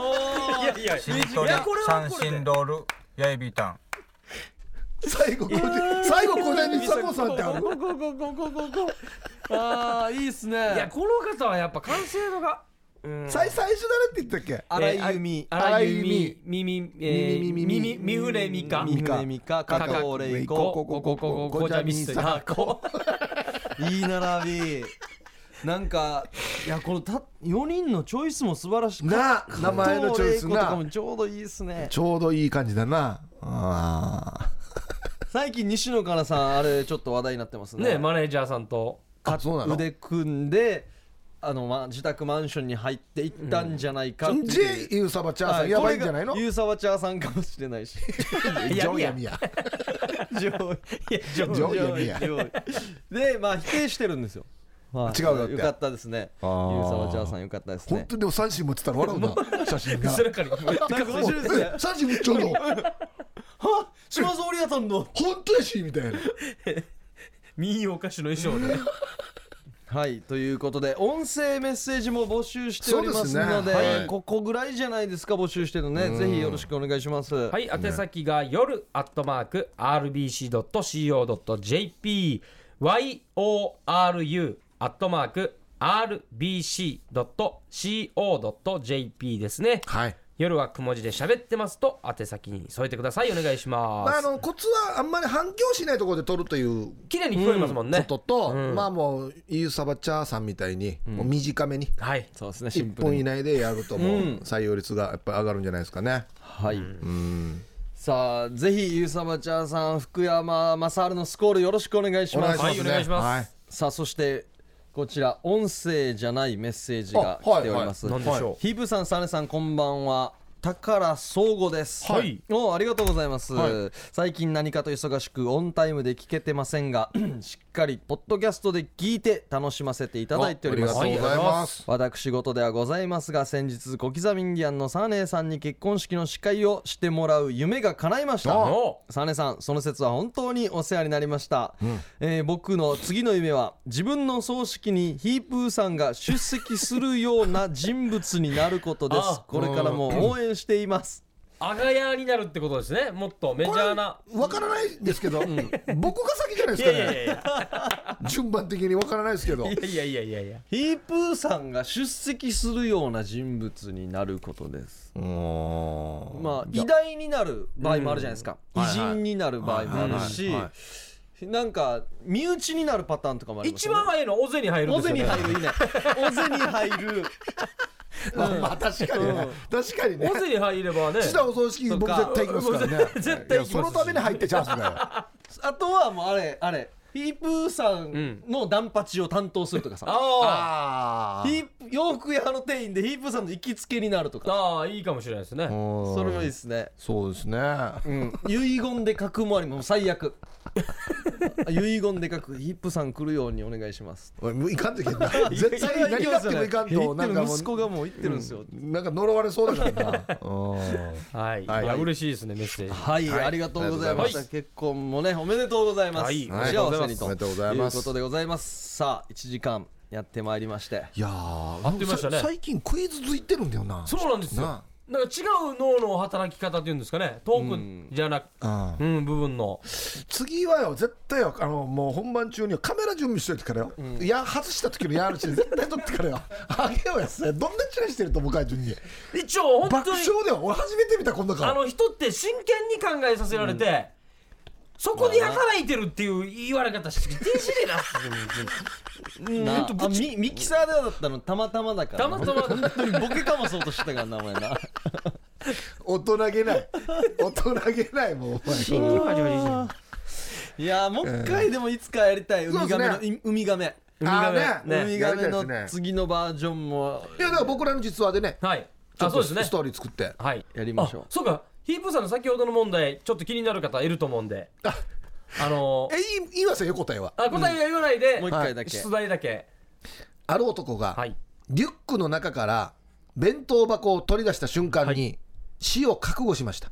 S8: うも
S2: いやいや
S8: しりとり
S2: これは
S8: 三
S2: これで
S8: 振ロールやいびーたん
S3: 最後これで最後これで佐藤さんってある
S2: ゴゴゴゴゴゴ
S1: ああいいっすね
S2: いやこの方はやっぱ完成度が
S3: 最最初誰って言ったっけ
S1: 荒井由実
S2: 荒井由実耳えー
S3: 耳
S2: 耳三船美香
S1: 三船美香加藤玲
S2: こ
S1: 子
S2: こここここじゃみっすなこ
S1: いい並びなんかいやこのた4人のチョイスも素晴らしく
S3: な名前のチョイ
S1: 加藤玲子
S3: ス
S1: とか
S3: な
S1: もちょうどいいですね
S3: ちょうどいい感じだなあ
S1: 最近西野カナさんあれちょっと話題になってますね
S2: ねマネージャーさんと
S3: ーあそうなの
S1: 腕組んであの、ま、自宅マンションに入っていったんじゃないかっていう、
S3: J ユーサバチャーさ
S1: は
S3: んやばいんじゃないの
S1: これがユーサワチャーさんかもしれないし
S3: ジョンやミヤ
S1: 上位上位
S3: 上位やねや
S1: 上位でまあ否定してるんですよ、まあ、
S3: 違うよって
S1: よかったですねユ
S3: あー
S1: ーサワチャーさんよかったです
S3: 本
S1: ね
S3: 当にでも三振持ってたら笑うな写真が
S2: 後ろから
S1: なんか面白いですね
S3: え三振打っちゃうの
S1: は島津織屋さんの
S3: 本当やしみたいな
S2: 民謡歌手の衣装で
S1: はいということで音声メッセージも募集しております
S3: そ
S1: の
S3: う
S1: で
S3: ですねはい
S1: ここぐらいじゃないですか募集してるのねぜひよろしくお願いしますは
S2: はい、宛先が夜アットマーク RBC.CO.JP YORU アットマーク RBC.CO.JP ですね。
S3: はい
S2: 夜はくも字で喋ってますと宛先に添えてください。お願いしま
S3: まあ、あ
S2: す。
S3: のコツはあんまり反響しないところで撮るという
S2: 綺麗に聞こえますもん
S3: こ
S2: ね。
S3: とと、まあもうイーサバチャーさんみたいに、もう短めに
S2: はい。
S1: そうですねシン
S3: 1
S1: プル
S3: 分
S1: に
S3: 以内でやるともう採用率がやっぱり上がるんじゃないですかね、
S1: はいさあぜひゆうさばちゃんさん福山雅治のスコールよろしくお願いします
S2: はいお願いします
S3: はい
S1: さあそしてこちら音声じゃないメッセージが
S3: あは
S1: 来
S3: い
S1: ております、
S2: はい何でしょう
S1: ヒープさんサネさんこんばんは宝総合です、
S2: はい
S1: おありがとうございます、
S3: は
S1: 最近何かと忙しくオンタイムで聞けてませんが しっかりポッドキャストで聞いて楽しませていただいております
S3: あありがとうございます、
S1: 私事ではございますが先日小刻みインディアンのサーネーさんに結婚式の司会をしてもらう夢が叶いました
S2: お
S1: サーネさんその説は本当にお世話になりました、えー僕の次の夢は自分の葬式にヒープーさんが出席するような人物になることです
S2: あ
S1: これからも応援しています
S2: アガヤーになるってことですね。もっとメジャーな。
S3: わからないんですけど、僕が先じゃないで
S2: い
S3: すか
S2: や
S3: ね
S2: いやいや
S3: 順番的にわからないですけど
S2: いやいやいやいやいや。
S1: ヒープーさんが出席するような人物になることですまあ偉大になる場合もあるじゃないですか、偉人になる場合もあるし、
S3: はいはいは
S1: なんか身内になるパターンとかもあります
S2: 一
S1: よね
S2: 番早いのは尾瀬に入るん
S1: 尾
S2: です
S1: 瀬
S2: よ、ね。
S1: に入るいいね 尾瀬に入る
S3: まあまあ確かにね確かにね
S2: 尾瀬に入れ ばね。
S3: 下お葬式僕絶対行きますからね
S2: そうか絶対行きます
S3: いやそのために入ってチャンスだよ
S1: あとはもうあれあれヒープーさんのダンパチを担当するとかさ、
S2: あ
S3: あ
S1: ヒープ洋服屋の店員でヒープーさんの行きつけになると
S2: あ。
S1: か
S2: ああ、いいかもしれないですね。
S1: それもいい
S3: い
S1: ですね
S3: そうですね
S1: うん遺言で書くもありもう最悪遺言で書くヒップさん来るようにお願いします
S3: おいもういかんといけんな絶対に何があってもいかん
S1: 言
S3: と
S1: っ
S3: な
S1: て
S3: ん
S1: る
S3: かもう
S1: 息子がもう言ってるんですよ、
S3: なんか呪われそうだからなうん
S2: はい、
S3: はい
S2: いや嬉しいですねメッセージ。
S1: はい、ありがとうございました、
S3: は
S1: 結婚もねおめでとうございます、
S2: はい
S1: お幸せに
S3: お
S1: と
S3: めでとうございます
S1: いうことでございますさあ1時間やってまいりまして
S3: いやー
S2: 合ってましたね
S3: さ最近クイズついてるんだよな
S2: そうなんですよ。
S3: な
S2: なんか違う脳の働き方っていうんですかね。トークじゃなく、
S3: うん
S2: うん、部分の。
S3: 次はよ絶対よあのもう本番中にはカメラ準備しといてからよ、いや外した時のやるし絶対撮ってからよあげようやつどんなチラしてると思うかい順に
S2: 一応本
S3: 爆
S2: 当に
S3: 笑だよ俺初めて見たこんな
S2: あ
S3: 顔
S2: の人って真剣に考えさせられて、そこで働いてるっていう言われ方してきてしねえな。
S1: なああミミキサーではだったのたまたまだから
S2: たまたま
S1: 本当にボケかもそうとしてたからなお前 な
S3: 大人げない 大人げないもうお前
S1: いやーもう一回でもいつかやりたいウ
S3: そ
S1: ミ
S3: う
S1: ガ
S3: です
S1: メ
S3: ね
S1: の、いウミガメ
S3: あ
S2: ウミガ
S3: ー
S2: メ
S3: ね
S1: ウミガ
S3: や
S1: メ
S3: りたいです
S1: の
S3: ね
S1: 次のバージョンも
S3: いやだから僕らの実話でね
S2: はい。
S3: ちょ
S2: あ
S3: っ
S2: そう
S3: と
S2: ですね
S3: ス。トーリー作って
S2: はい。
S1: やりましょう
S2: あそうか。ヒープーさんの先ほどの問題ちょっと気になる方いると思うんで。あの
S3: えいいいいわせよ答えは
S2: あ答えは言わないで、
S1: もう一回だけ、
S2: 出題だけ。
S3: ある男が、
S2: はい。
S3: リュックの中から弁当箱を取り出した瞬間に、死を覚悟しました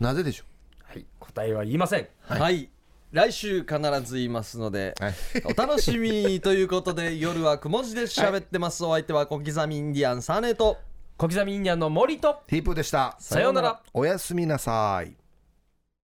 S3: なぜでしょ
S2: はい。答えは言いません。
S1: はい、来週必ず言いますので、
S3: はい
S1: お楽しみにということで夜はくも字で喋ってます、お相手は小刻みインディアンサネと
S2: 小刻みインディアンの森と
S3: うヒープーでした
S2: さようなら。
S3: おやすみなさい